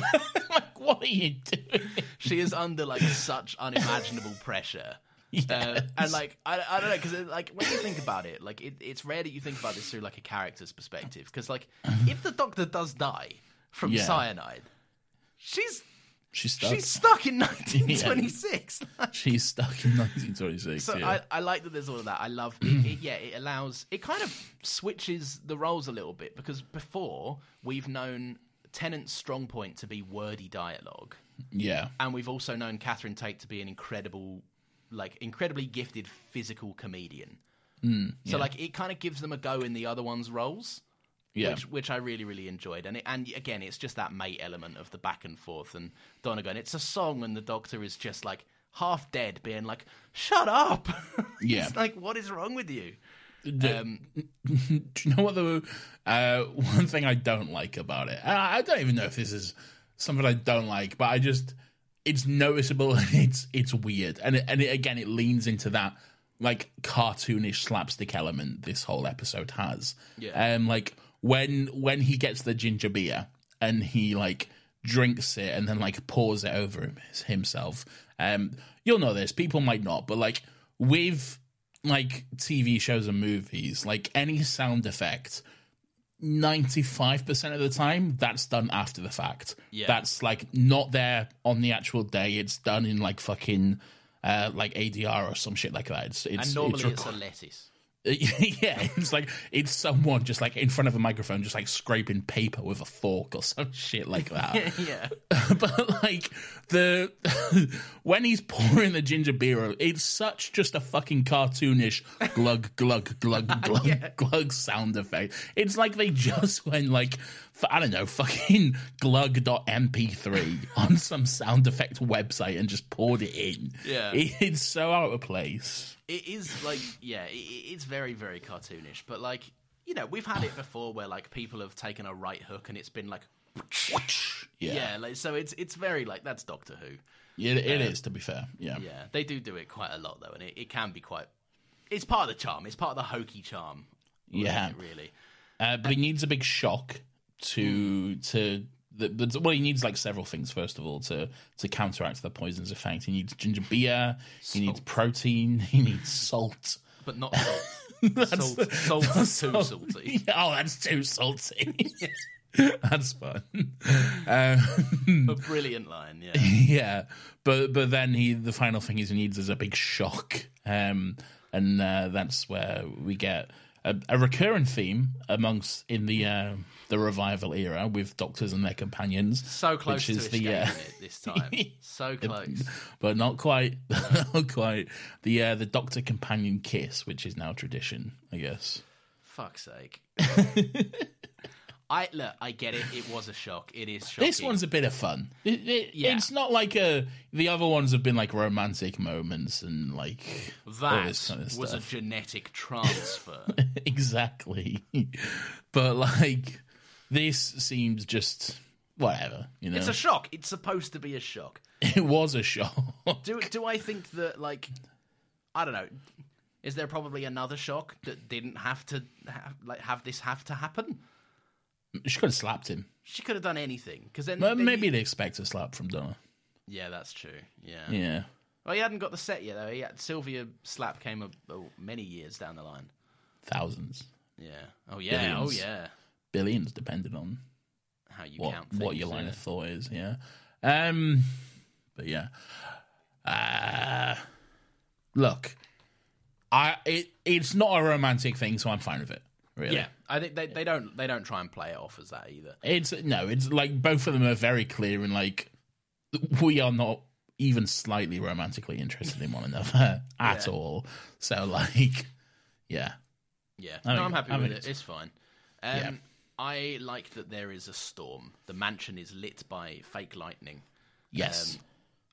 like, what are you doing? she is under like such unimaginable pressure. Uh, and like I, I don't know because like when you think about it, like it, it's rare that you think about this through like a character's perspective. Because like if the doctor does die from Yeah. cyanide, she's She's stuck. she's stuck in 1926. She's stuck in 1926. So yeah. I, I like that there's all of that. I love it, it- Yeah, it allows it kind of switches the roles a little bit because before we've known Tennant's strong point to be wordy dialogue. yeah. and we've also known Catherine Tate to be an incredible, like incredibly gifted physical comedian. Hmm, So like it kind of gives them a go in the other one's roles, Yeah. which which I really really enjoyed. And it, and again, it's just that mate element of the back and forth and Donegan. It's a song, and the Doctor is just like half dead, being like, "Shut up!" Yeah. it's like what is wrong with you? The- do you know what the uh, one thing I don't like about it? I, I don't even know if this is something I don't like, but I just it's noticeable and it's it's weird, and it, and it, again it leans into that like cartoonish slapstick element this whole episode has. Yeah. um, like when when he gets the ginger beer and he like drinks it and then like pours it over him, himself. Um, you'll know this. People might not, but like with like TV shows and movies, like any sound effect, 95% of the time, that's done after the fact. Yeah. That's like not there on the actual day. It's done in like fucking uh like ADR or some shit like that. It's it's and normally it's it's, reco- a lettuce. yeah, it's like it's someone just like in front of a microphone just like scraping paper with a fork or some shit like that. yeah, but like the when he's pouring the ginger beer, it's such just a fucking cartoonish glug glug glug glug glug sound effect. It's like they just went like f- I don't know, fucking glug.mp3 on some sound effect website and just poured it in. Yeah. It- it's so out of place. it is like yeah it, it's very very cartoonish but like you know we've had it before where like people have taken a right hook and it's been like yeah, like so it's it's very like that's doctor who It, it is, to be fair. Yeah. yeah they do do it quite a lot though and it, it can be quite it's part of the charm it's part of the hokey charm Yeah. really Uh, but he needs a big shock to to the, the well. He needs like several things first of all to to counteract the poison's effect. He needs ginger beer. He needs protein. He needs salt. but not salt salt, salt is too salty oh, that's too salty. that's fun. Um, a brilliant line yeah yeah, but but then he the final thing is he needs is a big shock, um, and uh, that's where we get a, a recurring theme amongst in the uh, the revival era with doctors and their companions. so close which to is the, escaping uh, it this time so close but not quite, not quite the uh, the doctor companion kiss, which is now tradition, I guess. fuck's sake I look. I get it. It was a shock. It is shocking. This one's a bit of fun. It- it- Yeah. It's not like a the other ones have been like romantic moments and like all That this kind of was a stuff. genetic transfer. exactly. but like this seems just whatever, you know. it's a shock. It's supposed to be a shock. it was a shock. Do do I think that like I don't know? Is there probably another shock that didn't have to have, like have this have to happen? She could have slapped him. She could have done anything because then, Well, then maybe you- they expect a slap from Donna. yeah, that's true. Yeah. Yeah. well, he hadn't got the set yet though. He had, Sylvia Slap came up oh, many years down the line. Thousands. Yeah. Oh yeah. Oh Billions. yeah. Billions depending on How you what count things, what your line yeah. of thought is, yeah. Um but yeah. Uh look. I it it's not a romantic thing, so I'm fine with it. Really. Yeah, I think they, they don't they don't try and play it off as that either. It's no, it's like both of them are very clear and like we are not even slightly romantically interested in one another at Yeah. all. So like yeah. Yeah, I no, think- I'm happy I with think it. it's- It's fine. Um, Yeah. I like that there is a storm. The mansion is lit by fake lightning, Yes. Um,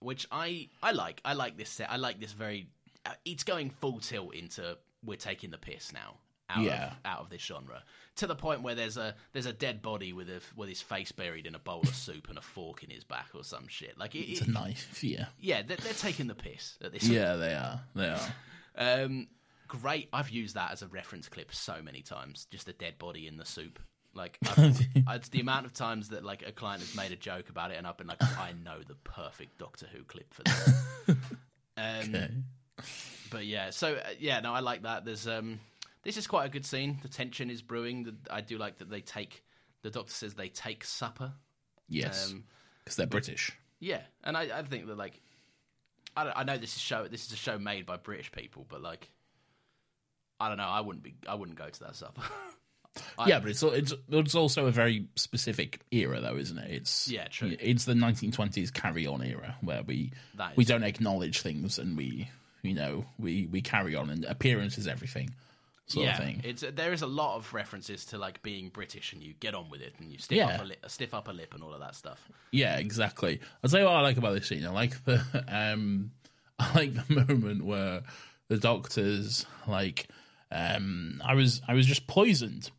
which I I like. I like this set. I like this very. uh, It's going full tilt into we're taking the piss now out of Yeah. out of this genre to the point where there's a there's a dead body with a with his face buried in a bowl of soup and a fork in his back or some shit. Like it, It's it- a knife, yeah. yeah, they're, they're taking the piss at this. Yeah, they are. They are. Um, great. I've used that as a reference clip so many times. Just a dead body in the soup. Like I've, it's the amount of times that like a client has made a joke about it, and I've been like, I know the perfect Doctor Who clip for that. um, But yeah, so uh, yeah, no, I like that. There's um, this is quite a good scene. The tension is brewing. The, I do like that they take. The Doctor says they take supper. Yes. Um, Because they're British. yeah, and I, I think that like, I, don't, I know this is show. This is a show made by British people, but like, I don't know. I wouldn't be. I wouldn't go to that supper. I- yeah, but it's, al- it's it's also a very specific era, though, isn't it? It's Yeah, true. It's the 1920s carry-on era where we That is- we don't acknowledge things and we you know we we carry on and appearance is everything sort of yeah, thing. it's there is a lot of references to like being British and you get on with it and you stiff Yeah. up a li- stiff up a lip and all of that stuff. Yeah, exactly. I'll tell you what I like about this scene. I like the um I like the moment where the doctor's like um I was I was just poisoned.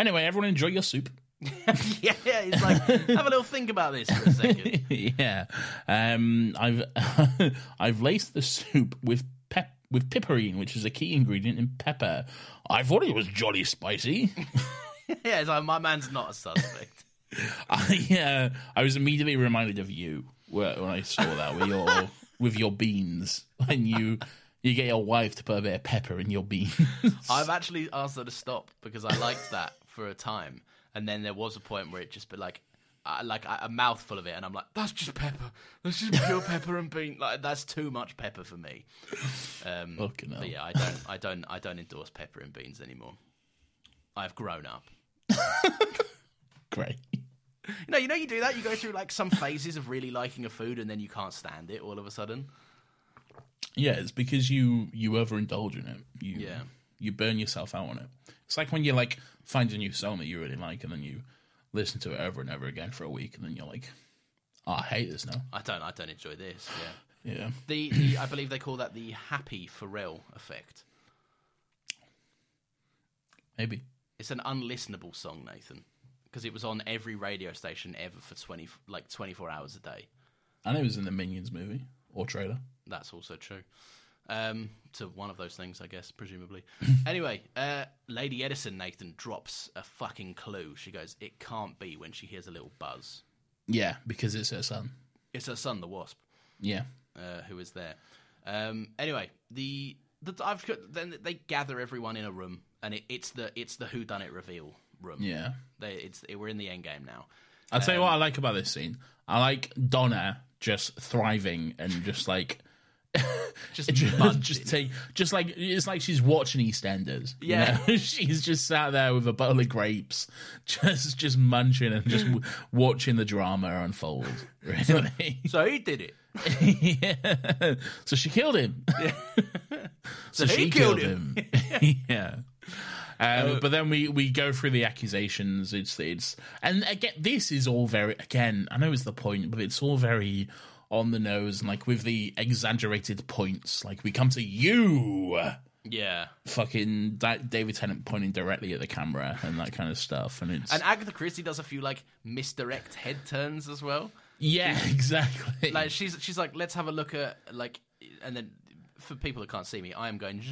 Anyway, everyone enjoy your soup. yeah, it's like have a little think about this for a second. yeah. Um I've I've laced the soup with pep with piperine, which is a key ingredient in pepper. I thought it was jolly spicy. yeah, it's like my man's not a suspect. I uh, I was immediately reminded of you wh- when I saw that with your with your beans when you you get your wife to put a bit of pepper in your beans. I've actually asked her to stop because I liked that for a time, and then there was a point where it just be like, I, like I- a mouthful of it, and I'm like, that's just pepper. That's just pure pepper and bean. Like that's too much pepper for me. Um, Fucking hell. but yeah, I don't, I don't, I don't endorse pepper and beans anymore. I've grown up. Great. You know, you know, you do that. You go through like some phases of really liking a food, and then you can't stand it all of a sudden. Yeah, it's because you you overindulge in it. You, Yeah. You burn yourself out on it. It's like when you like find a new song that you really like and then you listen to it over and over again for a week and then you're like, oh, I hate this now. I don't, I don't enjoy this. Yeah, Yeah. the, the I believe they call that the happy Pharrell effect. Maybe. It's an unlistenable song, Nathan, because it was on every radio station ever for twenty like twenty four hours a day. And it was in the Minions movie or trailer. That's also true. Um, to one of those things, I guess, presumably. anyway, uh, Lady Edison, Nathan drops a fucking clue. She goes, "It can't be." When she hears a little buzz, Yeah, because it's her son. it's her son, the Wasp, Yeah. uh, who is there. Um, anyway, the, the I've got, then they gather everyone in a room, and it, it's the it's the Who Done It reveal room. Yeah. they, it's we're in the end game now. I'll tell you what I like about this scene. I like Donna just thriving and just like Just, just, buzzing. just take just like it's like she's watching EastEnders. you Yeah. know? she's just sat there with a bowl of grapes, just just munching and just w- watching the drama unfold. Really, so he did it. yeah. So she killed him. so he she killed killed him. yeah. Um, but then we, we go through the accusations. It's it's and again this is all very again I know it's the point, but it's all very on the nose and like with the exaggerated points. Like we come to you, Yeah. fucking Da- David Tennant pointing directly at the camera and that kind of stuff. And it's And Agatha Christie does a few like misdirect head turns as well. yeah, exactly. Like she's she's like, let's have a look at like, and then for people that can't see me, I am going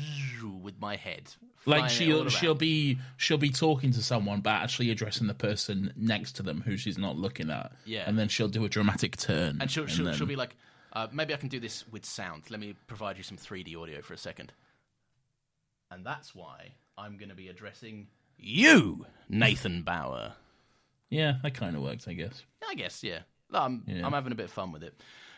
with my head. like flying it all she'll around. she'll be she'll be talking to someone but actually addressing the person next to them who she's not looking at Yeah. and then she'll do a dramatic turn and she'll she'll, then- she'll be like, uh, maybe I can do this with sound. Let me provide you some 3D audio for a second. And that's why I'm going to be addressing you, Nathan Bauer. yeah that kind of works i guess I guess, yeah. No, I'm I'm having a bit of fun with it.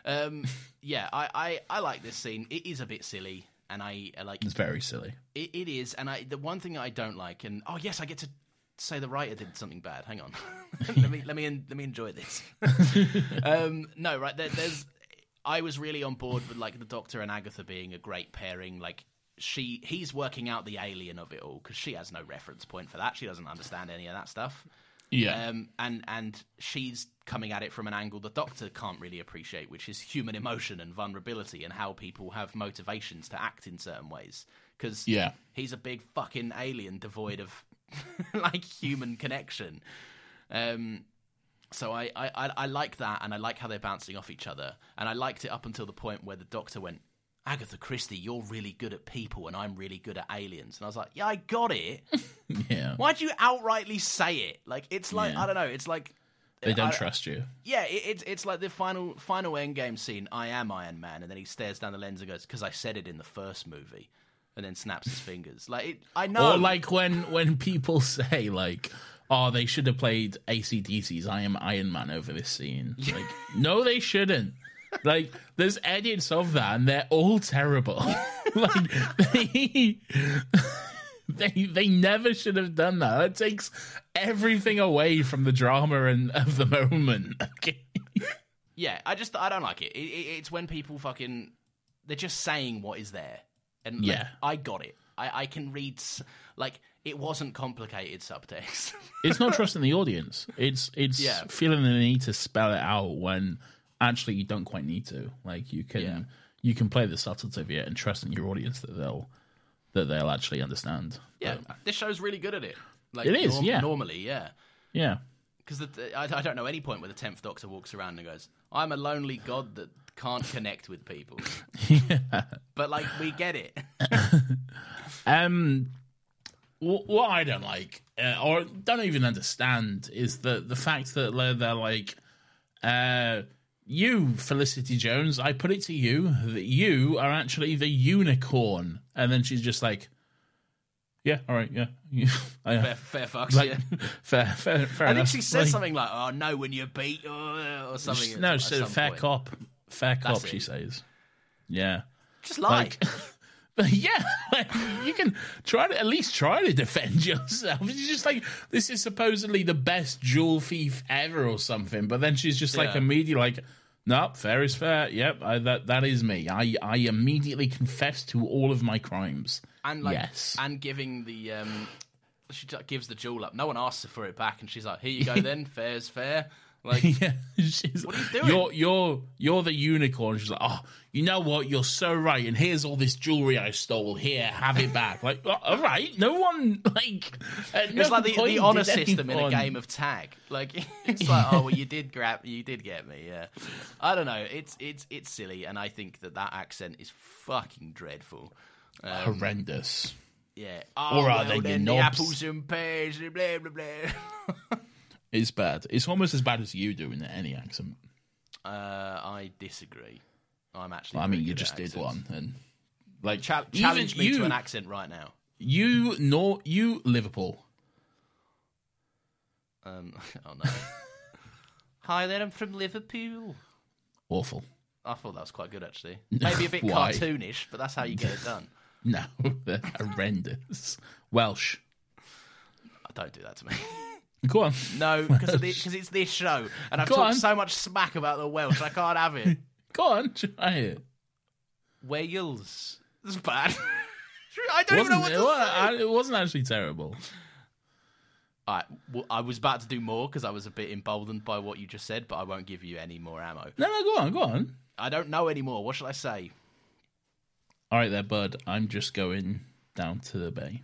Um, yeah, I, I, I like this scene. It is a bit silly, and I, I like it's very silly it, it is. And I the one thing I don't like, and oh yes, I get to say the writer did something bad. Hang on, let me let me en- let me enjoy this. um, no, right there, there's. I was really on board with like the Doctor and Agatha being a great pairing. Like she, he's working out the alien of it all because she has no reference point for that. She doesn't understand any of that stuff. Yeah. Um, and and she's coming at it from an angle the doctor can't really appreciate, which is human emotion and vulnerability and how people have motivations to act in certain ways. Because Yeah. he's a big fucking alien devoid of like human connection. Um, so I, I, I, I like that, and I like how they're bouncing off each other. And I liked it up until the point where the doctor went, Agatha Christie, you're really good at people, and I'm really good at aliens. And I was like, yeah, I got it. Yeah. Why'd you outrightly say it? Like, it's like, Yeah. I don't know, it's like. They don't I- trust you. Yeah, it, it's it's like the final final end game scene. I am Iron Man, and then he stares down the lens and goes, "Because I said it in the first movie," and then snaps his fingers. Like it, I know, Or like when when people say like, "Oh, they should have played ACDC's I Am Iron Man over this scene." Like, no, they shouldn't. Like, there's edits of that, and they're all terrible. like, they, they they never should have done that. That takes everything away from the drama and of the moment. Okay. yeah. I just I don't like it. it, it it's when people fucking they're just saying what is there, and like, Yeah. I got it. I I can read s- like it wasn't complicated subtext. it's not trusting the audience. It's it's Yeah. feeling the need to spell it out when actually you don't quite need to. Like you can Yeah. you can play the subtlety of it and trust in your audience that they'll that they'll actually understand. yeah, this show's really good at it. Like It is, yeah. Normally, yeah. Yeah. Because I, I don't know any point where the tenth Doctor walks around and goes, "I'm a lonely god that can't connect with people." But like, we get it. Um, wh- what I don't like uh, or don't even understand is the the fact that they're, they're like, uh, you Felicity Jones. I put it to you that you are actually the unicorn, and then she's just like, yeah, all right, yeah, Fair, yeah. fair fucks. Like, yeah. fair, fair, fair I enough. think she says Like, something like, "Oh no, when you beat," or, or something. sh- at- No, at she said some fair point. cop, fair cop. That's She it. says, yeah. Just lie. Like, but yeah, like, you can try to at least try to defend yourself. It's just like this is supposedly the best jewel thief ever or something, but then she's just like Yeah. immediately like, no, fair is fair. Yep, I, that that is me. I I immediately confess to all of my crimes. and like, yes. and giving the um, she just gives the jewel up. No one asks her for it back, and she's like, "Here you go, then. Fair's fair." Like, yeah, she's, What are you doing? are you're you're the unicorn. She's like, oh, you know what? You're so right. And here's all this jewelry I stole. Here, have it back. like, well, all right. No one like. at no it's like the, point the did honor system in a anyone- game of tag. Like it's like, oh well, you did grab, you did get me. Yeah, I don't know. It's it's it's silly, and I think that that accent is fucking dreadful. horrendous. Yeah. Oh, Or are well, they your then the knobs? apples and pears, and blah blah blah. It's bad. It's almost as bad as you doing any accent. Uh, I disagree. I'm actually. I mean, pretty you good just at did accents. one, and like Chal- even challenge me you, to an accent right now. You nor you Liverpool. Um, oh no. Hi there, I'm from Liverpool. Awful. I thought that was quite good actually. Maybe a bit Why? cartoonish, but that's how you get it done. No, they're horrendous. Welsh. Don't do that to me. Go on. No, because because it's this show, and I've Go talked on. so much smack about the Welsh, I can't have it. Go on. Try it. Wales, it's bad. I don't even know wasn't, what it, to wa- say. I- it wasn't actually terrible. All right, well, I was about to do more because I was a bit emboldened by what you just said, but I won't give you any more ammo. No, no, go on, go on. I don't know anymore. What shall I say? All right, there, bud. I'm just going down to the bay.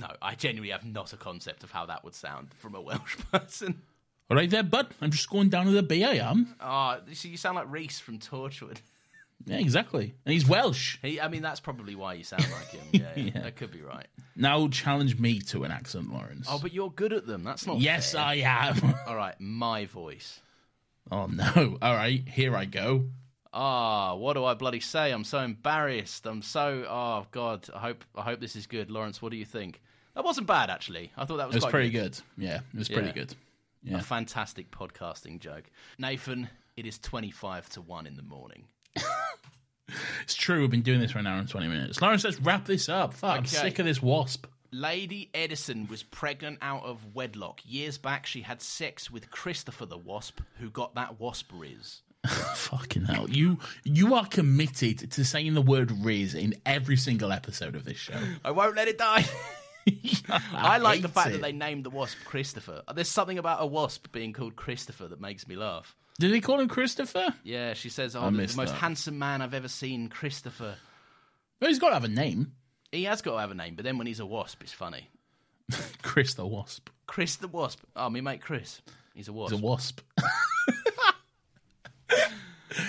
No, I genuinely have not a concept of how that would sound from a Welsh person. All right, there, bud. I'm just going down to the bay. I am. Ah, you see, you sound like Reese from Torchwood. Yeah, exactly. And he's Welsh. He, I mean, that's probably why you sound like him. Yeah, yeah, that could be right. Now challenge me to an accent, Lawrence. Oh, but you're good at them. That's not. yes, fair. I am. All right, my voice. Oh no! All right, here I go. Ah, what do I bloody say? I'm so embarrassed. I'm so oh god. I hope I hope this is good, Lawrence. What do you think? That wasn't bad actually. I thought that It was, was quite pretty good. Yeah, it was pretty Yeah. good. A fantastic podcasting joke, Nathan. It is twenty-five to one in the morning. It's true. We've been doing this for an hour and twenty minutes. Lawrence, let's wrap this up. Fuck, I'm Okay. sick of this wasp. Lady Edison was pregnant out of wedlock years back. She had sex with Christopher the Wasp, who got that wasp riz. Fucking hell! You you are committed to saying the word "riz" in every single episode of this show. I won't let it die. I, like the hate fact it. that they named the wasp Christopher. There's something about a wasp being called Christopher that makes me laugh. Did they call him Christopher? Yeah, she says, I "Oh, the, missed most that. handsome man I've ever seen, Christopher." Well, he's got to have a name. He has got to have a name, but then when he's a wasp, it's funny. Chris the Wasp. Chris the wasp. Oh, me mate Chris. He's a wasp. He's a wasp.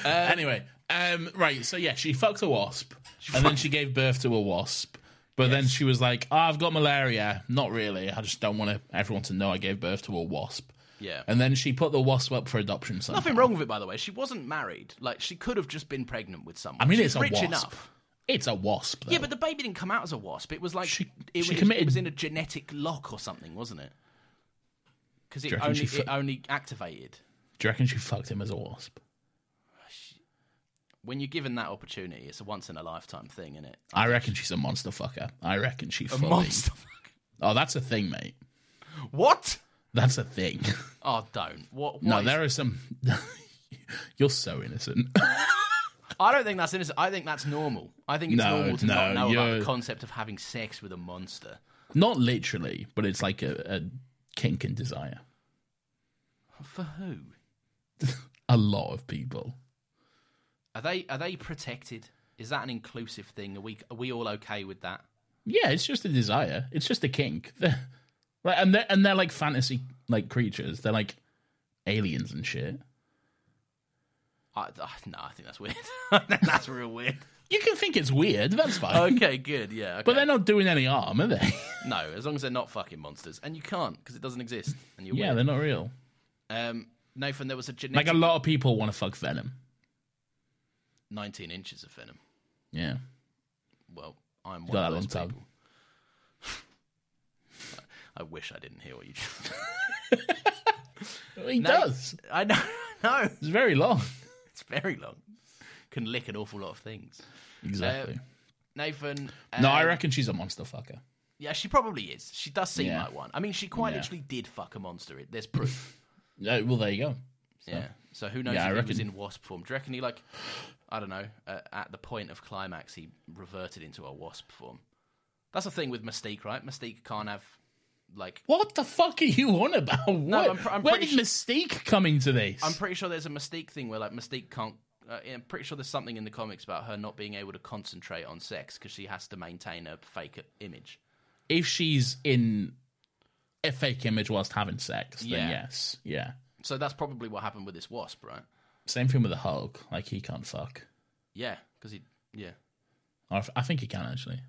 Um, anyway, um, right. So yeah, she fucked a wasp, and then she gave birth to a wasp. But then she was like, "Ah, "I've got malaria. Not really. I just don't want to, everyone to know I gave birth to a wasp." Yeah. And then she put the wasp up for adoption. Somehow. Nothing wrong with it, by the way. She wasn't married. Like she could have just been pregnant with someone. I mean, She's it's a rich wasp. enough. It's a wasp. Though. Yeah, but the baby didn't come out as a wasp. It was like She- it, she was, committed- it was in a genetic lock or something, wasn't it? Because it Do you reckon only she fu- it only activated do you reckon she fucked him as a wasp? when you're given that opportunity. It's a once in a lifetime thing, isn't it? I reckon she's a monster fucker. I reckon she A fully- monster. Oh, that's a thing, mate. what? That's a thing. Oh, don't. What? what no, is- there are some. You're so innocent. I don't think that's innocent. I think that's normal. I think it's No, normal to no, not know about you're- the concept of having sex with a monster. Not literally, but it's like a, a kink and desire. For who? A lot of people. Are they are they protected? Is that an inclusive thing? Are we are we all okay with that? Yeah, it's just a desire. It's just a kink. They're, like, and they're and they're like fantasy like creatures. They're like aliens and shit. I, I, no, I think that's weird. I think that's real weird. You can think it's weird. That's fine. Okay, good. Yeah, okay. But they're not doing any harm, are they? no, as long as they're not fucking monsters, and you can't because it doesn't exist, and you're yeah, weird. they're not real. Um, Nathan, there was a Like genetic a lot of people want to fuck Venom. 19 inches of venom. Yeah. Well, I'm Got one that of those long tongue. people. I wish I didn't hear what you. Just... He No, does. I know. No, It's very long. it's very long. Can lick an awful lot of things. Um, Exactly. Nathan. no, um, I reckon she's a monster fucker. Yeah, she probably is. She does seem Yeah. like one. I mean, she quite Yeah. literally did fuck a monster. It- There's proof. Uh, well, there you go. yeah. So who knows Yeah, I if he was reckon- in wasp form? Do you reckon he like, I don't know, uh, at the point of climax he reverted into a wasp form? That's the thing with Mystique, right? Mystique can't have like. What the fuck are you on about? What? I'm pr- I'm Where pretty did Mystique come into this? I'm pretty sure there's a Mystique thing where like Mystique can't. Uh, yeah, I'm pretty sure there's something in the comics about her not being able to concentrate on sex because she has to maintain a fake image. if she's in a fake image whilst having sex, Yeah. then yes, yeah. So that's probably what happened with this wasp, right? Same thing with the Hulk. Like he can't fuck. Yeah, because he. Yeah. Or if- I think he can actually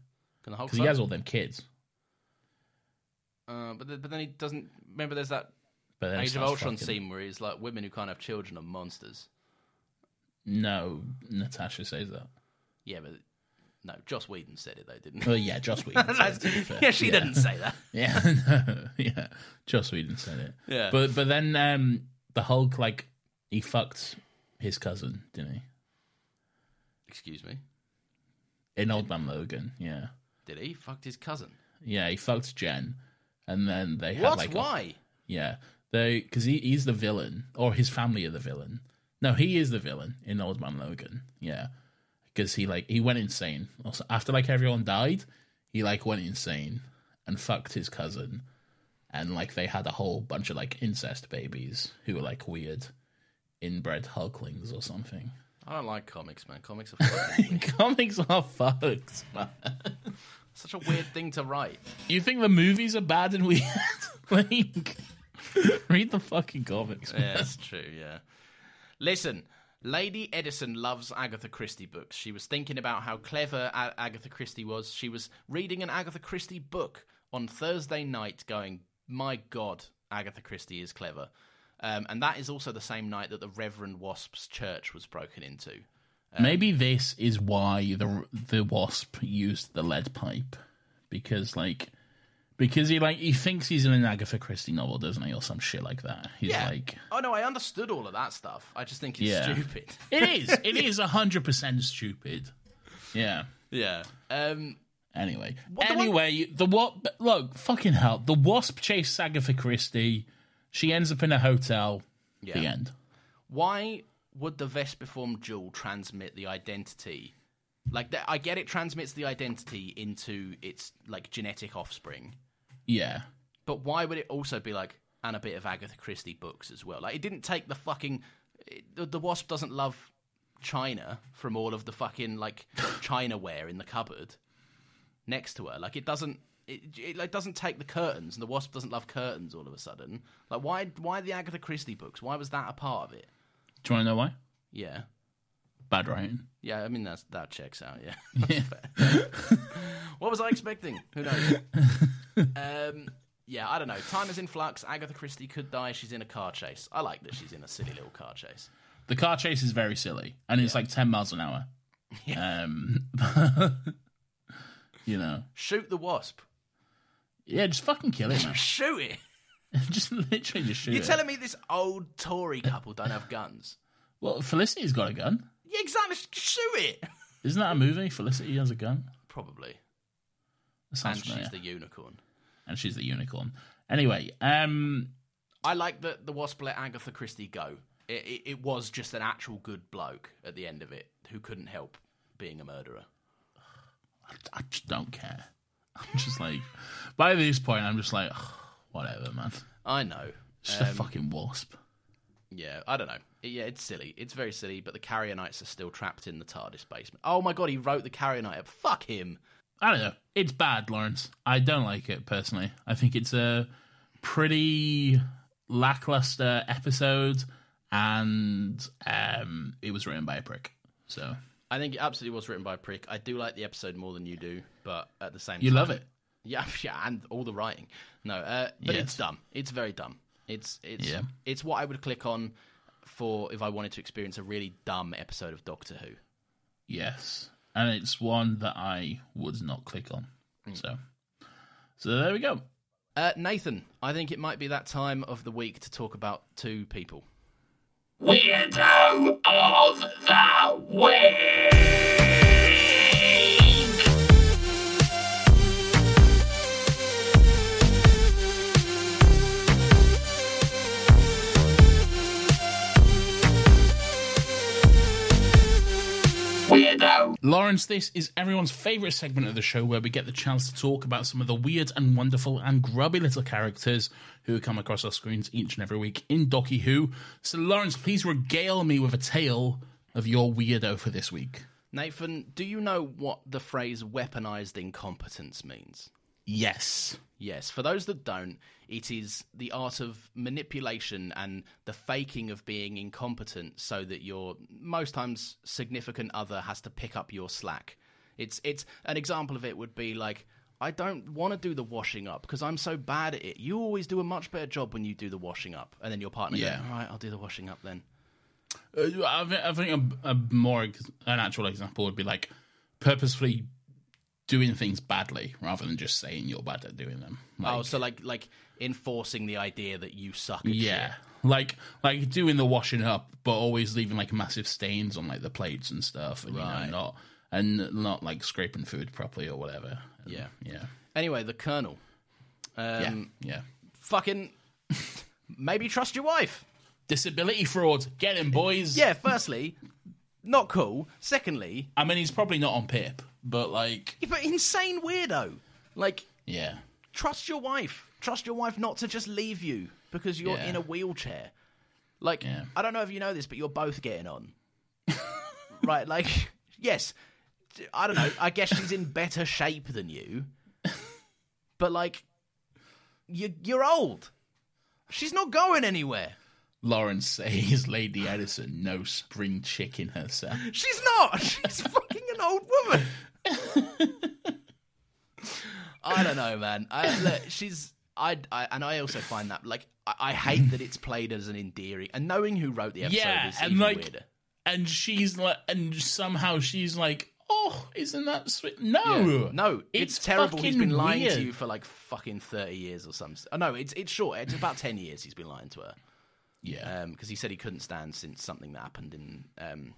Can the Hulk? because he has fuck? all them kids. Uh, but th- but then he doesn't. Remember, there's that But then he Age of starts Ultron fucking- scene where he's like, women who can't have children are monsters. No, Natasha says that. Yeah, but no, Joss Whedon said it though, didn't Well, he? yeah, Joss Whedon. says it, to be fair. yeah, she didn't say that. Yeah, no, yeah. Joss Whedon said it. Yeah. But but then um, the Hulk like he fucked his cousin, didn't he? Excuse me. In Old Man Logan, yeah. Did he? Fucked his cousin. Yeah, he fucked Jen, and then they had What? like a- Why? yeah, they because he, he's the villain or his family are the villain. No, he is the villain in Old Man Logan. Yeah, because he like he went insane. Also, after like everyone died, he like went insane and fucked his cousin, and like they had a whole bunch of like incest babies who were like weird inbred hulklings or something. I don't like comics, man. Comics are fucking weird. Comics are fucked. man. such a weird thing to write. You think the movies are bad and weird? like, read the fucking comics. man. Yeah, it's true. Yeah. Listen, Lady Edison loves Agatha Christie books. She was thinking about how clever A- Agatha Christie was. She was reading an Agatha Christie book on Thursday night, going, "My God, Agatha Christie is clever." Um, and that is also the same night that the Reverend Wasp's church was broken into. Maybe this is why the the wasp used the lead pipe, because like, because he like he thinks he's in an Agatha Christie novel, doesn't he, or some shit like that. He's like, oh no, I understood all of that stuff. I just think it's Yeah. stupid. it is, it is hundred percent stupid. Yeah. yeah. Um, Anyway, What the wa- anyway, the what? Look, fucking hell, the wasp chased Agatha Christie. She ends up in a hotel. The Yeah. end. Why would the Vesperform jewel transmit the identity Like that, I get it transmits the identity into its like genetic offspring, Yeah. but why would it also be like and a bit of Agatha Christie books as well? Like it didn't take the fucking it, the, the wasp doesn't love China from all of the fucking like Chinaware in the cupboard next to her. Like it doesn't. It, it like doesn't take the curtains, and the wasp doesn't love curtains. All of a sudden, like why? Why the Agatha Christie books? Why was that a part of it? Do you want to know why? Yeah, Bad writing. yeah. I mean, that's that checks out. Yeah. what was I expecting? Who knows? um, yeah, I don't know. Time is in flux. Agatha Christie could die. She's in a car chase. I like that she's in a silly little car chase. The car chase is very silly, and it's like ten miles an hour. Um, you know, Shoot the wasp. yeah, just fucking kill it, man. Shoot it. just literally just shoot You're it. telling me this old Tory couple don't have guns? Well, Felicity's got a gun. Yeah, exactly. Shoot it. Isn't that a movie? Felicity has a gun. Probably. That sounds And familiar. she's the unicorn. and she's the unicorn. Anyway, um, I like that the Wasp let Agatha Christie go. It, it, it was just an actual good bloke at the end of it who couldn't help being a murderer. I, I just don't care. I'm just like, by this point, I'm just like, whatever, man. I know. Um, It's just a fucking wasp. Yeah, I don't know. Yeah, it's silly. It's very silly, but the Carrionites are still trapped in the TARDIS basement. Oh my god, he wrote the Carrionite up. Fuck him. I don't know. It's bad, Lawrence. I don't like it personally. I think it's a pretty lackluster episode, and um, it was written by a prick. So I think it absolutely was written by a prick. I do like the episode more than you do, but at the same you time. love it. Yeah, yeah, and all the writing. No, uh, but Yes. it's dumb. It's very dumb. It's it's Yeah. it's what I would click on for if I wanted to experience a really dumb episode of Doctor Who. Yes, and it's one that I would not click on. So, so there we go. Uh, Nathan, I think it might be that time of the week to talk about two people. Weirdo of the Week! Weirdo Lawrence, this is everyone's favourite segment of the show where we get the chance to talk about some of the weird and wonderful and grubby little characters who come across our screens each and every week in Docky Who. So, Lawrence, please regale me with a tale of your weirdo for this week. Nathan, do you know what the phrase weaponized incompetence means? Yes. Yes, for those that don't, it is the art of manipulation and the faking of being incompetent so that your most times significant other has to pick up your slack. It's it's an example of it would be like I don't want to do the washing up because I'm so bad at it. You always do a much better job when you do the washing up, and then your partner, yeah, Yeah. all right, I'll do the washing up then. Uh, I thi- I think a, a more ex- an actual example would be like purposefully doing things badly rather than just saying you're bad at doing them. Like, oh, so like like enforcing the idea that you suck. At shit. Yeah. Like like doing the washing up, but always leaving like massive stains on like the plates and stuff, and you know, not and not like scraping food properly or whatever. And, Yeah. yeah, Anyway, the colonel. Um, yeah, yeah. Fucking. Maybe trust your wife. Disability fraud, get him, boys. Yeah. Firstly, not cool. Secondly, I mean he's probably not on PIP, but like, but insane weirdo. Like, yeah, trust your wife. Trust your wife not to just leave you because you're Yeah. in a wheelchair. Like, Yeah. I don't know if you know this, but you're both getting on. right? Like, yes. I don't know. I guess she's in better shape than you. But like, you, you're old. She's not going anywhere. Lawrence says Lady Edison no spring chicken herself. She's not. She's fucking an old woman. I don't know, man. I, look, she's. I, I and I also find that like I, I hate that it's played as an endearing and knowing who wrote the episode Yeah, is and, even like, weirder. And she's like, and somehow she's like, oh, isn't that sweet? No, No, it's, terrible. He's fucking been lying weird. to you for like fucking thirty years or something. Oh, no, it's it's short. It's about ten years he's been lying to her Yeah, because he said he couldn't stand since something that happened in. Um,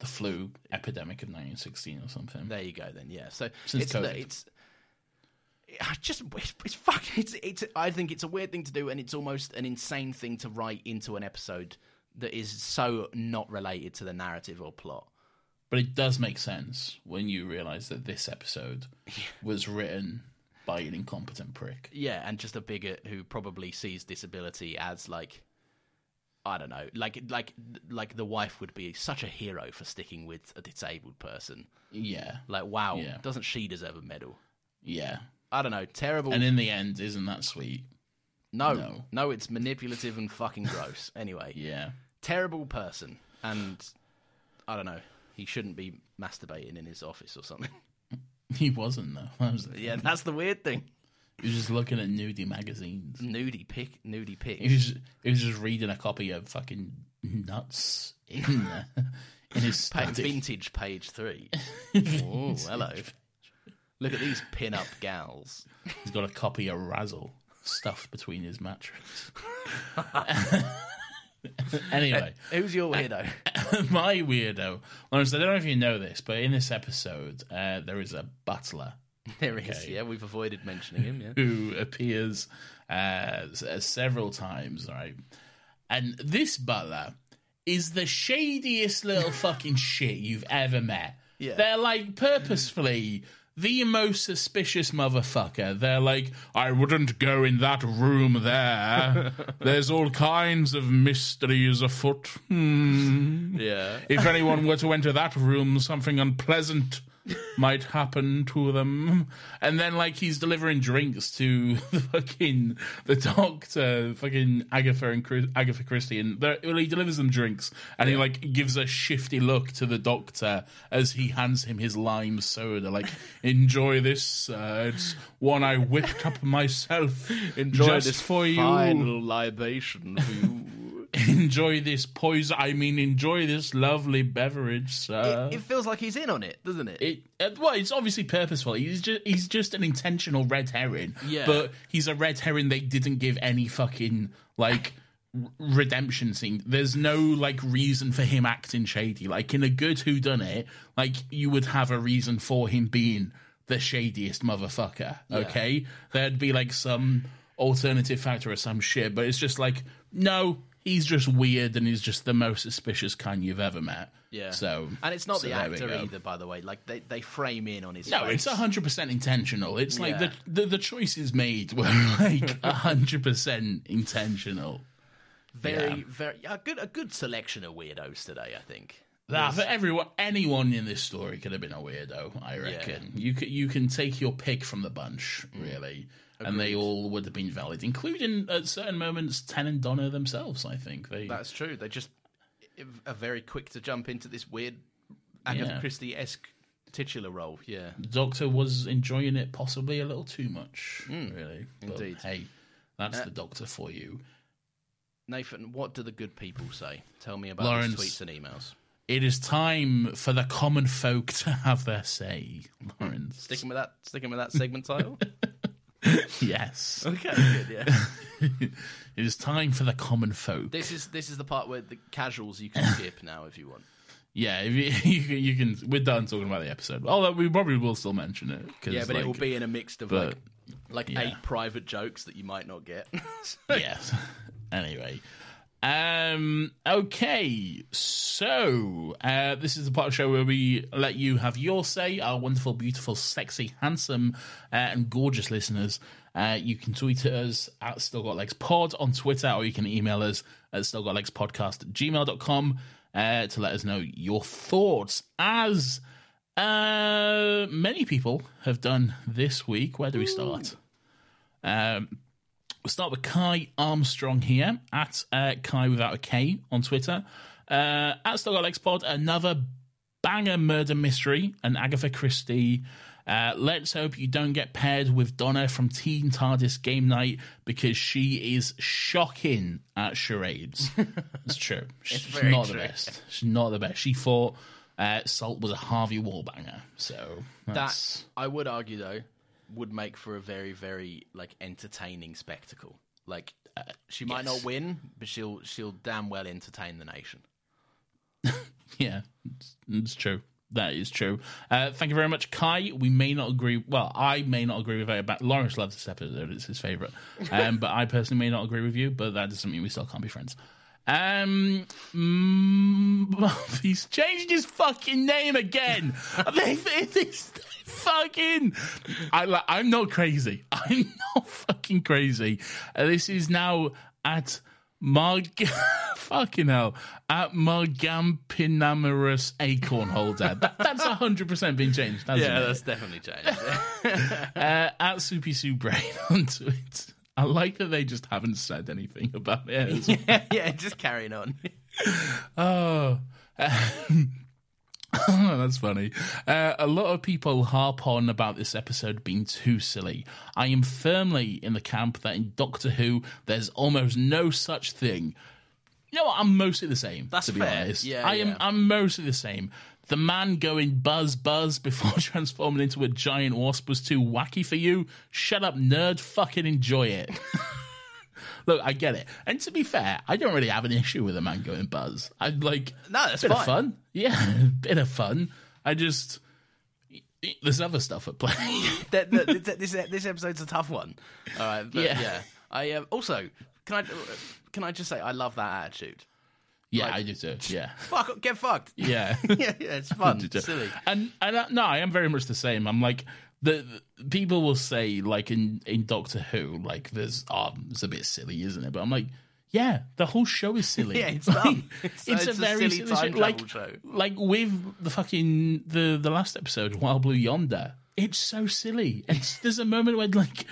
the flu epidemic of 1916 or something. There you go. Then yeah. So Since it's COVID. it's I just it's, it's fucking it's, it's I think it's a weird thing to do, and it's almost an insane thing to write into an episode that is so not related to the narrative or plot. But it does make sense when you realise that this episode was written by an incompetent prick. Yeah, and just a bigot who probably sees disability as like I don't know, like like like the wife would be such a hero for sticking with a disabled person. Yeah, Like wow, Yeah. doesn't she deserve a medal? yeah. I don't know, terrible. And in the end, isn't that sweet? no, no, no. it's manipulative and fucking gross. anyway, Yeah, terrible person, and I don't know, he shouldn't be masturbating in his office or something. he wasn't though. That was yeah, that's the weird thing. He was just looking at nudie magazines. Nudie pic, nudie pic. He was he was just reading a copy of fucking nuts in the, in his Pa- static. vintage page three. Oh, hello. Look at these pin-up gals. He's got a copy of Razzle stuffed between his mattress. anyway, Who's your weirdo? my weirdo. Lawrence, I don't know if you know this, but in this episode, uh, there is a butler there is. Yeah, we've avoided mentioning him. Yeah. who appears uh, s- uh, several times, right? And this butler is the shadiest little fucking shit you've ever met. Yeah. They're like purposefully the most suspicious motherfucker. They're like, I wouldn't go in that room there. There's all kinds of mysteries afoot. Hmm. Yeah. If anyone were to enter that room, something unpleasant might happen to them. And then, like, he's delivering drinks to the fucking the doctor, fucking Agatha and Chris, Agatha Christie, and they're- well, he delivers them drinks, and he like gives a shifty look to the doctor as he hands him his lime soda, like, enjoy this. Uh, it's one I whipped up myself. just for you libation for you. enjoy this poison. I mean, enjoy this lovely beverage, sir. it, it feels like he's in on it, doesn't it? it, uh, well, it's obviously purposeful. He's just he's just an intentional red herring. Yeah. But he's a red herring they didn't give any fucking like r- redemption scene. There's no like reason for him acting shady. Like in a good who done it, like you would have a reason for him being the shadiest motherfucker. Okay? There'd be like some alternative factor or some shit, but it's just like no, he's just weird and he's just the most suspicious kind you've ever met. yeah. So and it's not so the there we actor go. either, by the way. Like they, they frame in on his. No, face. it's hundred percent intentional. It's like Yeah. the, the the choices made were like hundred percent intentional. very yeah. very a good a good selection of weirdos today. I think. Nah, for everyone, anyone in this story could have been a weirdo. I reckon you can you can take your pick from the bunch, Mm. really, and they all would have been valid, including at certain moments Ten and Donna themselves. I think they That's true. They just are very quick to jump into this weird Agatha Yeah. Christie esque titular role. Yeah. the Doctor was enjoying it possibly a little too much, really. But, Mm. indeed. Uh, hey, that's the Doctor for you. Nathan, what do the good people say? Tell me about Lawrence. these tweets and emails. It is time for the common folk to have their say, Lawrence. Sticking with that, sticking with that segment title. Yes. okay, good. Yeah. it is time for the common folk. This is this is the part where the casuals you can skip now if you want. yeah, if you, you, can- you can. We're done talking about the episode. Although we probably will still mention it. 'cause, Yeah, but it will like, be in a mix of but- like like yeah. eight private jokes that you might not get. Yes. anyway. Um. Okay. So uh, this is the part of the show where we let you have your say. Our wonderful, beautiful, sexy, handsome, uh, and gorgeous listeners. Uh, you can tweet at us at Still Got Legs Pod on Twitter, or you can email us at Still Got Legs Podcast at gmail.com uh, to let us know your thoughts. As uh, many people have done this week, where do we start? Um, We'll start with Kai Armstrong here at uh, Kai without a K on Twitter. Uh, at Still Got Legs Pod, another banger murder mystery, an Agatha Christie. Uh, let's hope you don't get paired with Donna from Teen TARDIS Game Night because she is shocking at charades. it's true. She's very not true. the best. She's not the best. She thought uh, Salt was a Harvey Warbanger. So that that's. I would argue though would make for a very very like entertaining spectacle. Like uh, she might not win, but she'll she'll damn well entertain the nation. Yeah, it's, it's true. That is true. Uh, thank you very much, Kai. We may not agree. Well, I may not agree with you about Lawrence loves this episode; it's his favorite. Um, but I personally may not agree with you. But that doesn't mean we still can't be friends. Um, mm, he's changed his fucking name again. they, they, they, fucking. I, li- I'm not crazy. I'm not fucking crazy. Uh, this is now at Marg. fucking hell. At Margampinamarus Acorn Holder. That, that's 100% been changed. hasn't yeah, it? that's definitely changed. uh, at Soupy Sue Brain on Twitter. I like that they just haven't said anything about it as yeah, yeah, just carrying on. Oh, Um, that's funny. Uh, a lot of people harp on about this episode being too silly. I am firmly in the camp that in Doctor Who, there's almost no such thing. You know what? I'm mostly the same. That's to be fair. honest. Yeah, I am. yeah. I'm mostly the same. The man going buzz buzz before transforming into a giant wasp was too wacky for you. Shut up, nerd. Fucking enjoy it. Look, I get it. And to be fair, I don't really have an issue with a man going buzz. I like No, that's bit of fine. fun. Yeah, bit of fun. I just there's other stuff at play. That- that- that- this this episode's a tough one. All right, but Yeah. yeah. I um, also can I can I just say I love that attitude. yeah, Like- I do too. Yeah, Fuck, get fucked. Yeah, yeah. yeah, it's fun, do too. silly. And and uh, no, I am very much the same. I'm like the, the- people will say like in in Doctor Who, like there's oh, it's a bit silly, isn't it? But I'm like. Yeah, the whole show is silly. Yeah, it's Like, dumb. It's, So a it's a very silly silly, time show. Like, travel show. like with the fucking the the last episode, Wild Blue Yonder. It's so silly. It's, there's a moment where like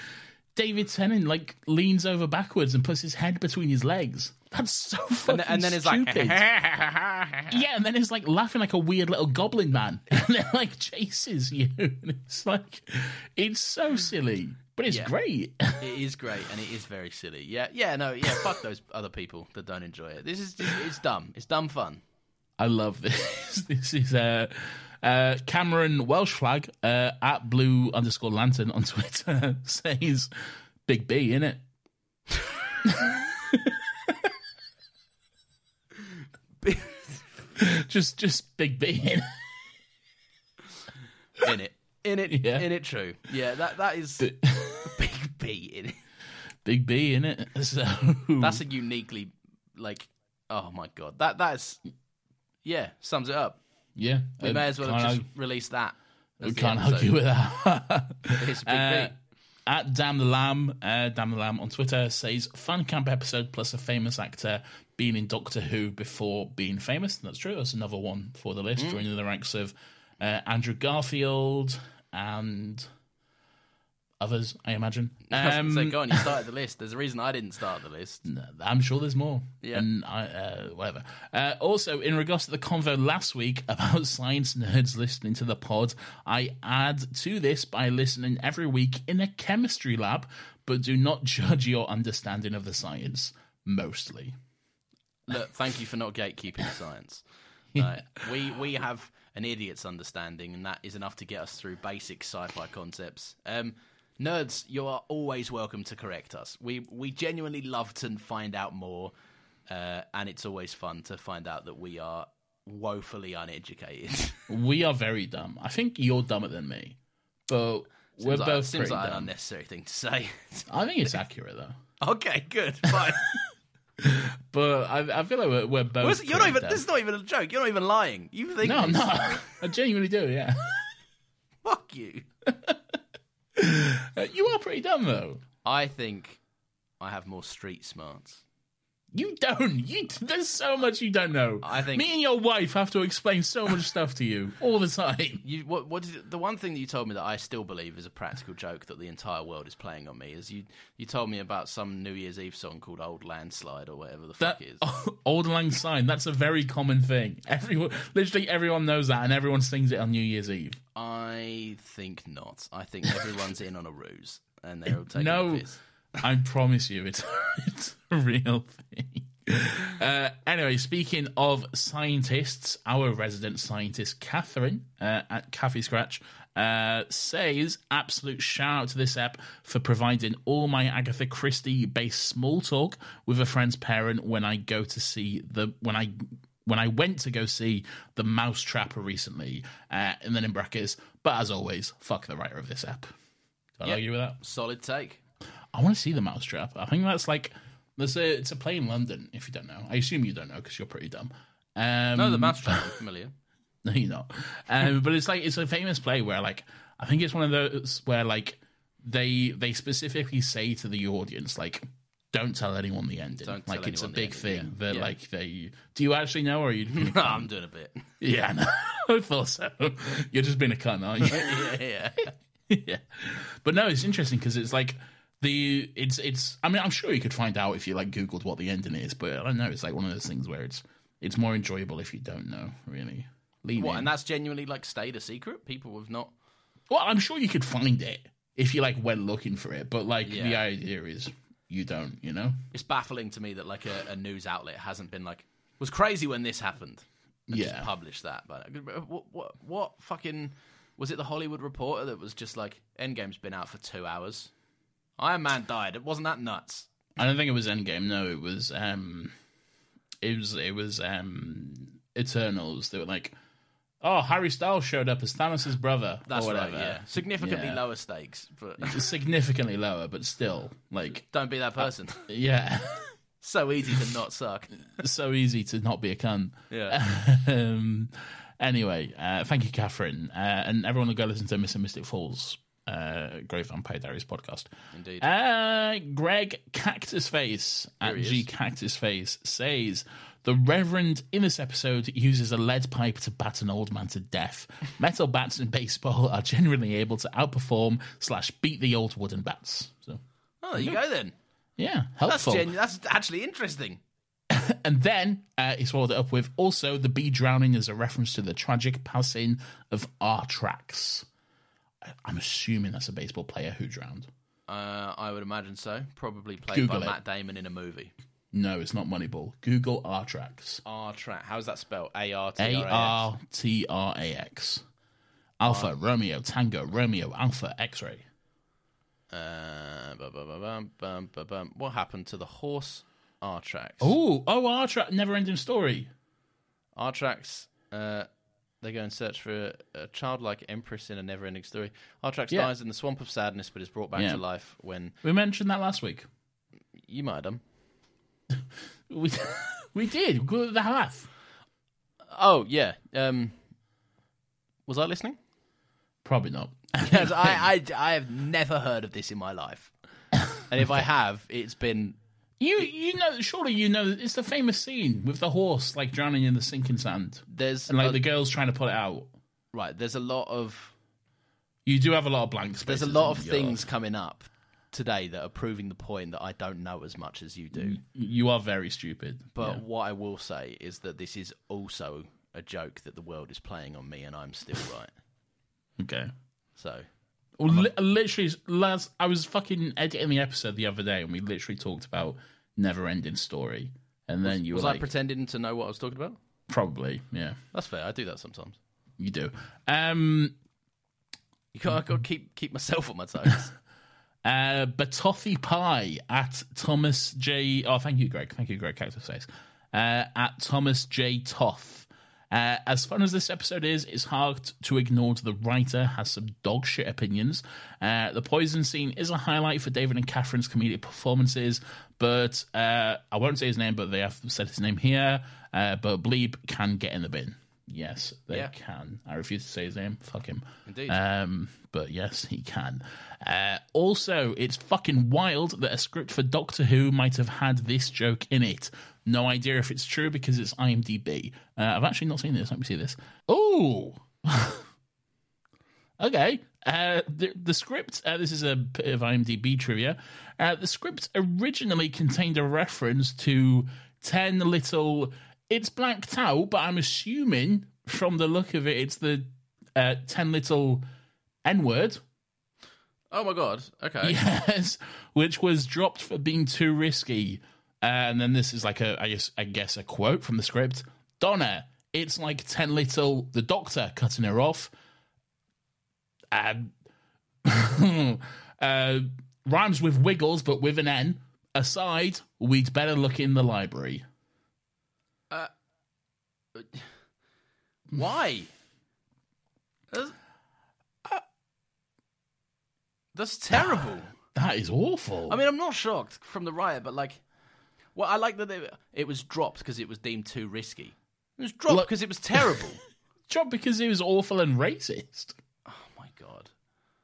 David Tennant like leans over backwards and puts his head between his legs. That's so And, fucking then- and then it's like, stupid. Yeah, and then it's like laughing like a weird little goblin man, and then like chases you, and it's like it's so silly, but it's Yeah. great. it is great and it is very silly. Yeah, yeah, no, yeah. Fuck those other people that don't enjoy it. This is just, it's dumb. It's dumb fun. I love this. This is uh, uh, Cameron Welsh flag uh, at blue underscore lantern on Twitter says big B in it. just just big B in it. In it, in it, Yeah. in it. True. Yeah, that that is Big- big B in it. big B in it. So That's a uniquely like. Oh my god, that that's yeah sums it up. yeah. We uh, may as well can't have just argue- released that. as we the can't episode. argue with that. It's a big Uh, beat. At Damn the Lamb, uh, Damn the Lamb on Twitter says fan camp episode plus a famous actor being in Doctor Who before being famous. And that's true. That's another one for the Mm. list. Joining the ranks of uh, Andrew Garfield and others, I imagine. Um, so go on, you started the list. There's a reason I didn't start the list. I'm sure there's more. Yeah. And I, uh, whatever. Uh, also, in regards to the convo last week about science nerds listening to the pod, I add to this by listening every week in a chemistry lab, but do not judge your understanding of the science. Mostly. Look, thank you for not gatekeeping science. Right. we we have an idiot's understanding, and that is enough to get us through basic sci-fi concepts. Um, nerds, you are always welcome to correct us. We we genuinely love to find out more, uh, and it's always fun to find out that we are woefully uneducated. We are very dumb. I think you're dumber than me, but we're Seems like- both seems pretty like an dumb. unnecessary thing to say. I think it's accurate though. okay, good, fine. But I, I feel like we're, we're both. Well, you're not pretty even. dumb. This is not even a joke. You're not even lying. You think? No, I'm this. not. I genuinely do. Yeah, Fuck you. Uh, you are pretty dumb though. I think I have more street smarts. You don't. You there's so much you don't know. I think- me and your wife have to explain so much stuff to you all the time. You what? What did the one thing that you told me that I still believe is a practical joke that the entire world is playing on me is you. You told me about some New Year's Eve song called "Old Landslide" or whatever the That Oh. fuck it is. old lang syne. That's a very common thing. Everyone, literally everyone knows that, and everyone sings it on New Year's Eve. I think not. I think everyone's in on a ruse and they're all taking no, the piss. I promise you, it's it's a real thing. Uh, anyway, speaking of scientists, our resident scientist Catherine uh, at Cafe Scratch uh, says, "Absolute shout out to this app for providing all my Agatha Christie-based small talk with a friend's parent when I go to see the when I." When I went to go see The Mousetrapper recently, uh, and then in brackets, but as always, fuck the writer of this app. Can I Yep. argue with that? Solid take. I want to see the Mousetrap. I think that's like There's a it's a play in London. If you don't know, I assume you don't know because you're pretty dumb. Um, No, the mouse trap is familiar. No, you're not. Um, but it's like it's a famous play where like I think it's one of those where like they they specifically say to the audience like don't tell anyone the ending. Don't tell like it's a anyone the big thing ending, yeah. that Yeah. like they do you actually know or are you being a cunt? I'm doing a bit. yeah no, I thought so. You're just being a cunt, aren't you? yeah, yeah. yeah, but no, it's interesting because it's like the it's it's. I mean, I'm sure you could find out if you like Googled what the ending is, but I don't know. It's like one of those things where it's it's more enjoyable if you don't know really. Lean What? in. And that's genuinely like stayed a secret. People have not. Well, I'm sure you could find it if you like went looking for it, but like the Yeah. idea is you don't, you know? It's baffling to me that like a, a news outlet hasn't been like was crazy when this happened. And Yeah. Just published that, but uh, what, what what fucking was it? The Hollywood Reporter that was just like Endgame's been out for two hours. Iron Man died. It wasn't that nuts. I don't think it was Endgame. No, it was um, it was it was um, Eternals. They were like, oh, Harry Styles showed up as Thanos' brother That's or right. whatever. Yeah. Significantly Yeah. lower stakes, but It's significantly lower, but still, like, don't be that person. yeah, so easy to not suck. so easy to not be a cunt. Yeah. um, anyway, uh, thank you, Catherine, uh, and everyone who go listen to Miss and Mystic Falls, uh, Great Vampire Diaries podcast. Indeed. Uh, Greg Cactus Face at G Cactus Face says the Reverend in this episode uses a lead pipe to bat an old man to death. Metal bats in baseball are generally able to outperform slash beat the old wooden bats. So Oh, there you go then. yeah, That's helpful. genu- That's actually interesting. And then uh, he followed it up with also the bee drowning is a reference to the tragic passing of Artrax. I- I'm assuming that's a baseball player who drowned. Uh, I would imagine so. Probably played Google by it. Matt Damon in a movie. No, it's not Moneyball. Google Artrax. R track. How's that spelled? A R T A R A X. R T R A X. Alpha Romeo Tango Romeo Alpha X Ray. Uh, bum, bum, bum, bum, bum, bum, bum. What happened to the horse Artrax? Oh, oh Artrax, never ending story. Artrax, uh, they go and search for a, a childlike empress in a never ending story. Artrax Yeah. dies in the swamp of sadness but is brought back Yeah. to life when. We mentioned that last week. You might have done. We we did. Go to the half. Oh, yeah. Um, was I listening? Probably not. Because I, I, I have never heard of this in my life. And if I have, it's been. You you know surely you know it's the famous scene with the horse like drowning in the sinking sand There's. and like a- the girls trying to pull it out. right, there's a lot of. You do have a lot of blank spaces. There's a lot in of your- things coming up today that are proving the point that I don't know as much as you do. You are very stupid. But Mm, Yeah. what I will say is that this is also a joke that the world is playing on me, and I'm still right. okay. So Well, li- literally, last I was fucking editing the episode the other day, and we literally talked about never ending story, and then you was were I like, pretending to know what I was talking about? probably, yeah, That's fair. I do that sometimes. you do. Um, You got, I got to keep keep myself on my toes. Uh, Batothy Pie at Thomas J. Oh, thank you, Greg. Thank you, Greg. Cactus Face. Uh, at Thomas J. Toth. Uh, as fun as this episode is, it's hard to ignore that the writer has some dog shit opinions. Uh, the poison scene is a highlight for David and Catherine's comedic performances, but uh, I won't say his name, but they have said his name here. Uh, but Bleep can get in the bin. Yes, they Yeah. can. I refuse to say his name. Fuck him. Indeed. Um, but yes, he can. Uh, also, it's fucking wild that a script for Doctor Who might have had this joke in it. No idea if it's true because it's IMDb. Uh, I've actually not seen this. Let me see this. Oh, okay. Uh, the, the script, uh, this is a bit of IMDb trivia. Uh, the script originally contained a reference to 10 little, it's blacked out, but I'm assuming from the look of it, it's the uh, 10 little N word. oh my god. Okay. Yes, which was dropped for being too risky. And then this is like a, I guess, I guess a quote from the script. Donna, it's like ten little. The doctor cutting her off. Um, uh, rhymes with Wiggles, but with an N. Aside, we'd better look in the library. Why? That's, Uh, that's terrible. That is awful. I mean, I'm not shocked from the riot, but like, Well, I like that they, it was dropped because it was deemed too risky. It was dropped Look- because it was terrible. Job because he was awful and racist. oh my god.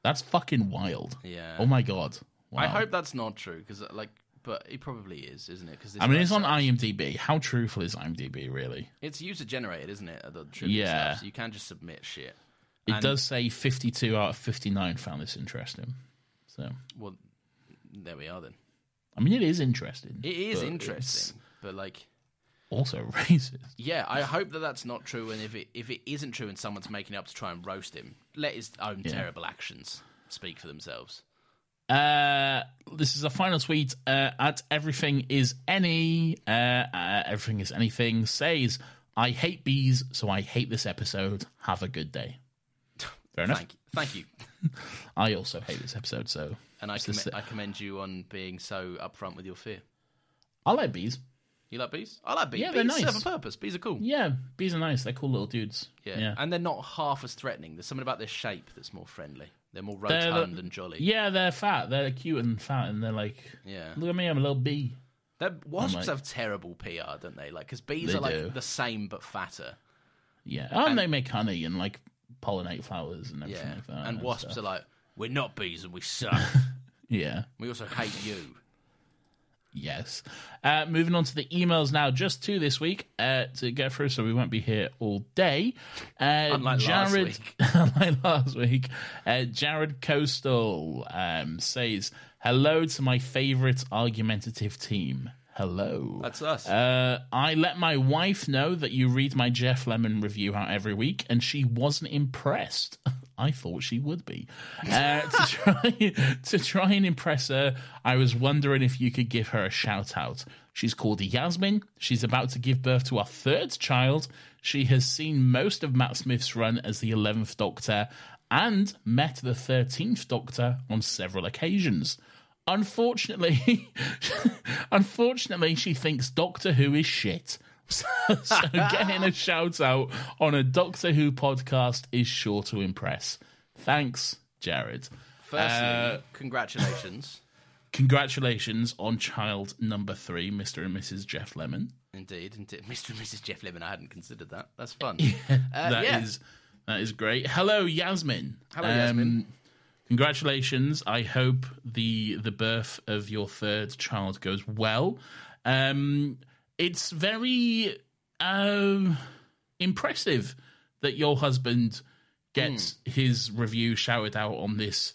That's fucking wild. Yeah. Oh my god. I Wow. hope that's not true because like, but it probably is, isn't it? Because I mean, it's on IMDb. How truthful is IMDb really? It's user generated, isn't it? The trivia Yeah. stuff, so you can just submit shit. It And- does say 52 out of 59 found this interesting. So, Well, there we are then. I mean, it is interesting. It is but interesting, but like, it's Also racist. yeah, I hope that that's not true. And if it if it isn't true, and someone's making it up to try and roast him, let his own Yeah. terrible actions speak for themselves. Uh, this is a final tweet uh, at everything is any. Uh, uh, everything is anything says, I hate bees, so I hate this episode. Have a good day. Fair enough. Thank, thank you, I also hate this episode, so and I it's the comm- sa- I commend you on being so upfront with your fear. I like bees. You like bees? I like bees. Yeah, bees they're nice. serve a purpose. Bees are cool. Yeah, bees are nice. They're cool little dudes. Yeah. and they're not half as threatening. There's something about their shape that's more friendly. They're more They're- rotund and jolly. Yeah, they're fat. They're cute and fat, and they're like, Yeah. look at me, I'm a little bee. They're, wasps like- have terrible PR, don't they? Like, because bees They are like do. the same but fatter. Yeah, and, they make honey and like pollinate flowers and everything Yeah, like that. and wasps stuff. are like, we're not bees and we suck. yeah. we also hate you. Yes. Uh, moving on to the emails now, just two this week uh, to get through, so we won't be here all day. Uh, Unlike last week. unlike last week, uh, Jared Coastal um, says, "Hello to my favourite argumentative team. Hello, That's us. Uh, I let my wife know that you read my Jeff Lemon review out every week, and she wasn't impressed. I thought she would be. Uh, to try to try and impress her, I was wondering if you could give her a shout out. She's called Yasmin. She's about to give birth to our third child. She has seen most of Matt Smith's run as the Eleventh Doctor and met the Thirteenth Doctor on several occasions. Unfortunately, unfortunately, she thinks Doctor Who is shit. So, so getting a shout out on a Doctor Who podcast is sure to impress. Thanks, Jared. Firstly, Uh, congratulations. Congratulations on child number three, Mr. and Mrs. Jeff Lemon. Indeed, indeed. Mr. and Mrs. Jeff Lemon, I hadn't considered that. That's fun. That Uh, is yeah. that is great. Hello, Yasmin. Um, Hello, Yasmin. Congratulations. I hope the the birth of your third child goes well. Um, it's very um, impressive that your husband gets Hmm. his review shouted out on this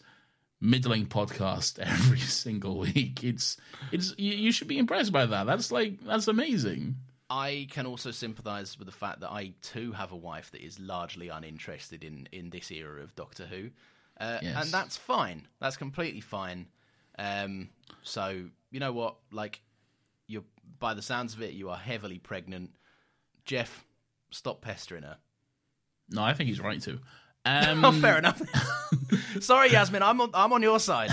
middling podcast every single week. It's it's you, you should be impressed by that. That's like that's amazing. I can also sympathise with the fact that I too have a wife that is largely uninterested in in this era of Doctor Who, uh, Yes. and that's fine. That's completely fine. Um, so you know what? Like, you're by the sounds of it, you are heavily pregnant. Jeff, stop pestering her. No, I think he's right too. Um, oh, fair enough. Sorry, Yasmin, I'm on, I'm on your side.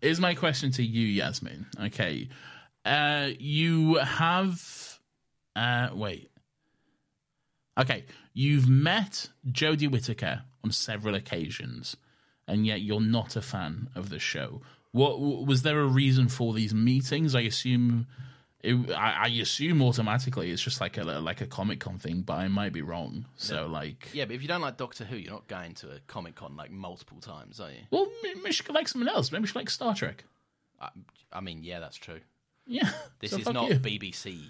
Here's my question to you, Yasmin. Okay. Uh you have uh wait. Okay. You've met Jodie Whittaker on several occasions, and yet you're not a fan of the show. What w- was there a reason for these meetings? I assume it, I, I assume automatically it's just like a like a Comic Con thing, but I might be wrong. So like yeah, but if you don't like Doctor Who, you're not going to a Comic Con like multiple times, are you? Well, m- maybe she could like someone else. Maybe she likes Star Trek. I, I mean, yeah, that's true. Yeah. This So is fuck not you. BBC.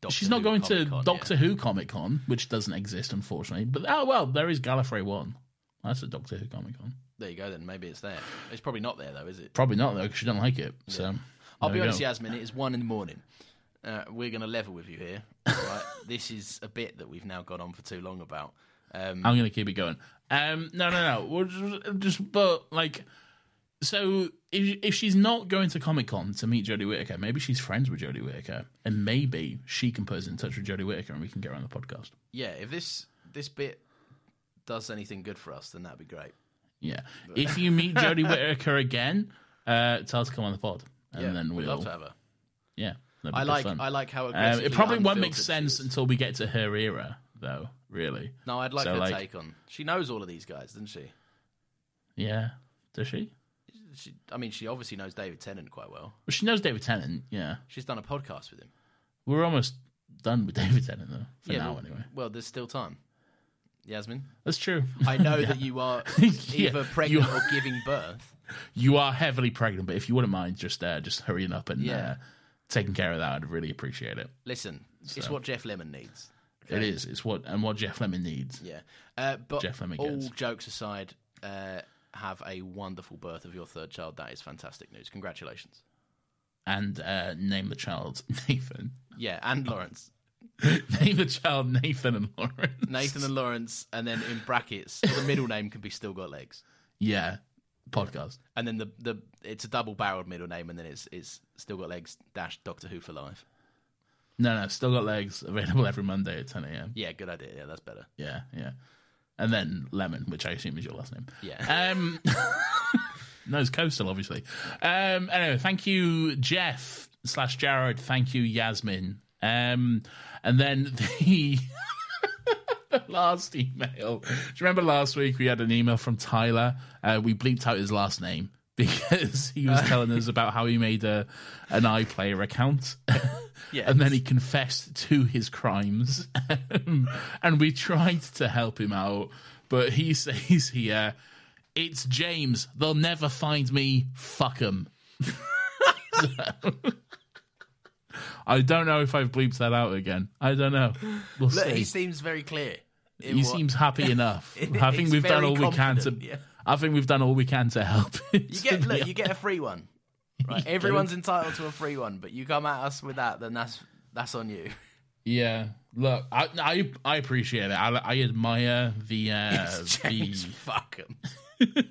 Doctor She's not Who going Comic-Con, to yeah. Doctor Who Comic Con, which doesn't exist, unfortunately. But oh well, there is Gallifrey One. That's a Doctor Who Comic Con. There you go. Then maybe it's there. It's probably not there though, is it? Probably not though, because she don't like it. So I'll there be we honest, go. Yasmin. It is one in the morning. Uh, we're going to level with you here. Right? this is a bit that we've now gone on for too long about. Um, I'm gonna keep it going. Um, no, no, no. We're just, just but like, so if if she's not going to Comic Con to meet Jodie Whittaker, maybe she's friends with Jodie Whittaker, and maybe she can put us in touch with Jodie Whittaker, and we can get her on the podcast. yeah, if this this bit does anything good for us, then that'd be great. Yeah. If you meet Jodie Whittaker again, uh, tell us to come on the pod, and yeah, then we'd we'll love to have her. yeah. that'd be I good like fun. I like how Um, aggressively it probably won't make unfiltered she sense is. until we get to her era, though. Really? No, I'd like So, her like- take on. She knows all of these guys, doesn't she? Yeah. Does she? She, I mean, she obviously knows David Tennant quite well. Well, she knows David Tennant. Yeah, She's done a podcast with him. we're almost done with David Tennant though. For now, well, anyway. Well, there's still time. Yasmin, That's true. I know that you are Yeah, either you pregnant are. or giving birth. you are heavily pregnant, but if you wouldn't mind just uh, just hurrying up and Yeah. uh, taking care of that, I'd really appreciate it. Listen, it's what Jeff Lemon needs. It is. It's what and what Jeff Lemon needs. Yeah. Uh, but Jeff Lemon all gets. jokes aside, uh, have a wonderful birth of your third child. That is fantastic news. Congratulations. And uh, name the child Nathan. Yeah, and Lawrence. name the child Nathan and Lawrence. Nathan and Lawrence, and then in brackets, the middle name can be still got legs. Yeah. Uh, Podcast. And then the, the it's a double barreled middle name, and then it's it's still got legs dash Doctor Who for life. No, no, still got legs. Available every Monday at ten a.m. Yeah, good idea. Yeah, that's better. Yeah, yeah. And then Lemon, which I assume is your last name. Yeah. Um, no, it's Coastal, obviously. Um, anyway, thank you, Jeff slash Jared. Thank you, Yasmin. Um, and then the. the Last email. Do you remember last week we had an email from Tyler? Uh, we bleeped out his last name because he was telling us about how he made a an iPlayer account. Yeah. And then he confessed to his crimes. Um, and we tried to help him out, but he says here, It's James. They'll never find me. Fuck 'em." So- I don't know if I've bleeped that out again. I don't know. We'll Look, see. he seems very clear. in he what- seems happy enough. I He's think we've done very all we can to. confident, yeah. I think we've done all we can to help. You get look, you get a free one. Right, everyone's entitled to a free one, but you come at us with that, then that's that's on you. Yeah. Look, I I, I appreciate it. I, I admire the uh, James, the fuck 'em.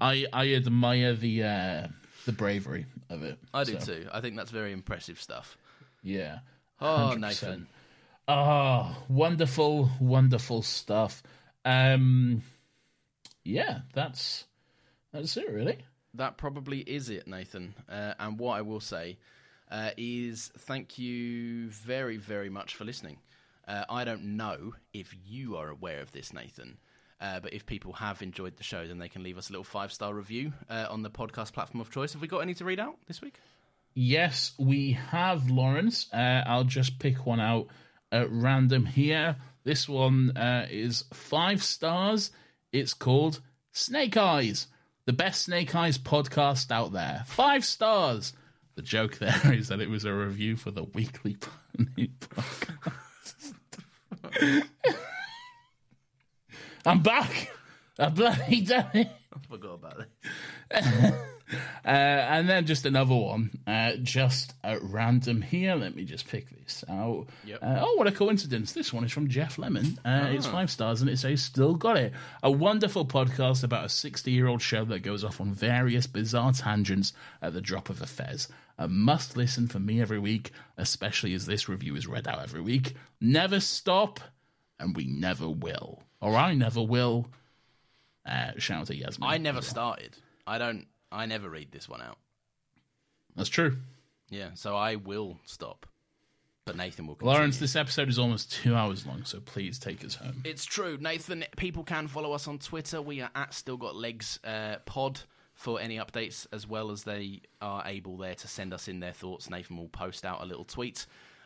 I I admire the uh, the bravery of it. I do So, too. I think that's very impressive stuff. Yeah. Oh, 100%. Nathan. Oh, wonderful, wonderful stuff. Um, yeah, that's that's it, really. that probably is it, Nathan. Uh, and what I will say uh, is thank you very, very much for listening. Uh, I don't know if you are aware of this, Nathan, uh, but if people have enjoyed the show, then they can leave us a little five star review uh, on the podcast platform of choice. Have we got any to read out this week? Yes, we have Lawrence. Uh, I'll just pick one out at random here. This one uh, is five stars. It's called Snake Eyes, the best Snake Eyes podcast out there. Five stars. The joke there is that it was a review for the Weekly Planet podcast. I'm back. I bloody done it. Forgot about it. Uh, and then just another one, uh, just at random here. Let me just pick this out. Uh, oh, what a coincidence. This one is from Jeff Lemon. Uh, It's Ah. five stars and it says, Still got it. A wonderful podcast about a 60 year old show that goes off on various bizarre tangents at the drop of a fez. A must listen for me every week, especially as this review is read out every week. Never stop, and we never will. Or I never will. Uh, shout at Yasmin. I never started. I don't. I never read this one out. That's true. Yeah, so I will stop. But Nathan will continue. Lawrence, this episode is almost two hours long, so please take us home. It's true, Nathan. People can follow us on Twitter. We are at Still Got Legs uh, Pod for any updates, as well as they are able there to send us in their thoughts. Nathan will post out a little tweet,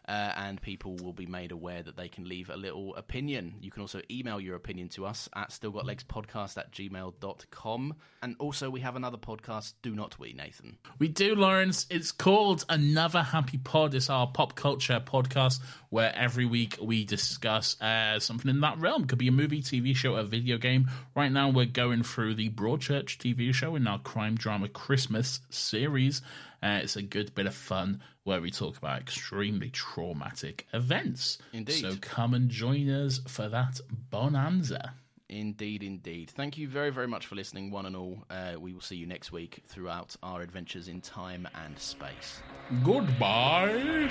uh, and people will be made aware that they can leave a little opinion. You can also email your opinion to us at stillgotlegspodcast at gmail.com. And also, we have another podcast, Do Not We, Nathan. We do, Lawrence. It's called Another Happy Pod. It's our pop culture podcast where every week we discuss uh, something in that realm. Could be a movie, TV show, a video game. Right now, we're going through the Broadchurch TV show in our crime drama Christmas series. Uh, it's a good bit of fun where we talk about extremely traumatic events. Indeed. So come and join us for that bonanza. Indeed, indeed. Thank you very, very much for listening, one and all. Uh, we will see you next week throughout our adventures in time and space. Goodbye.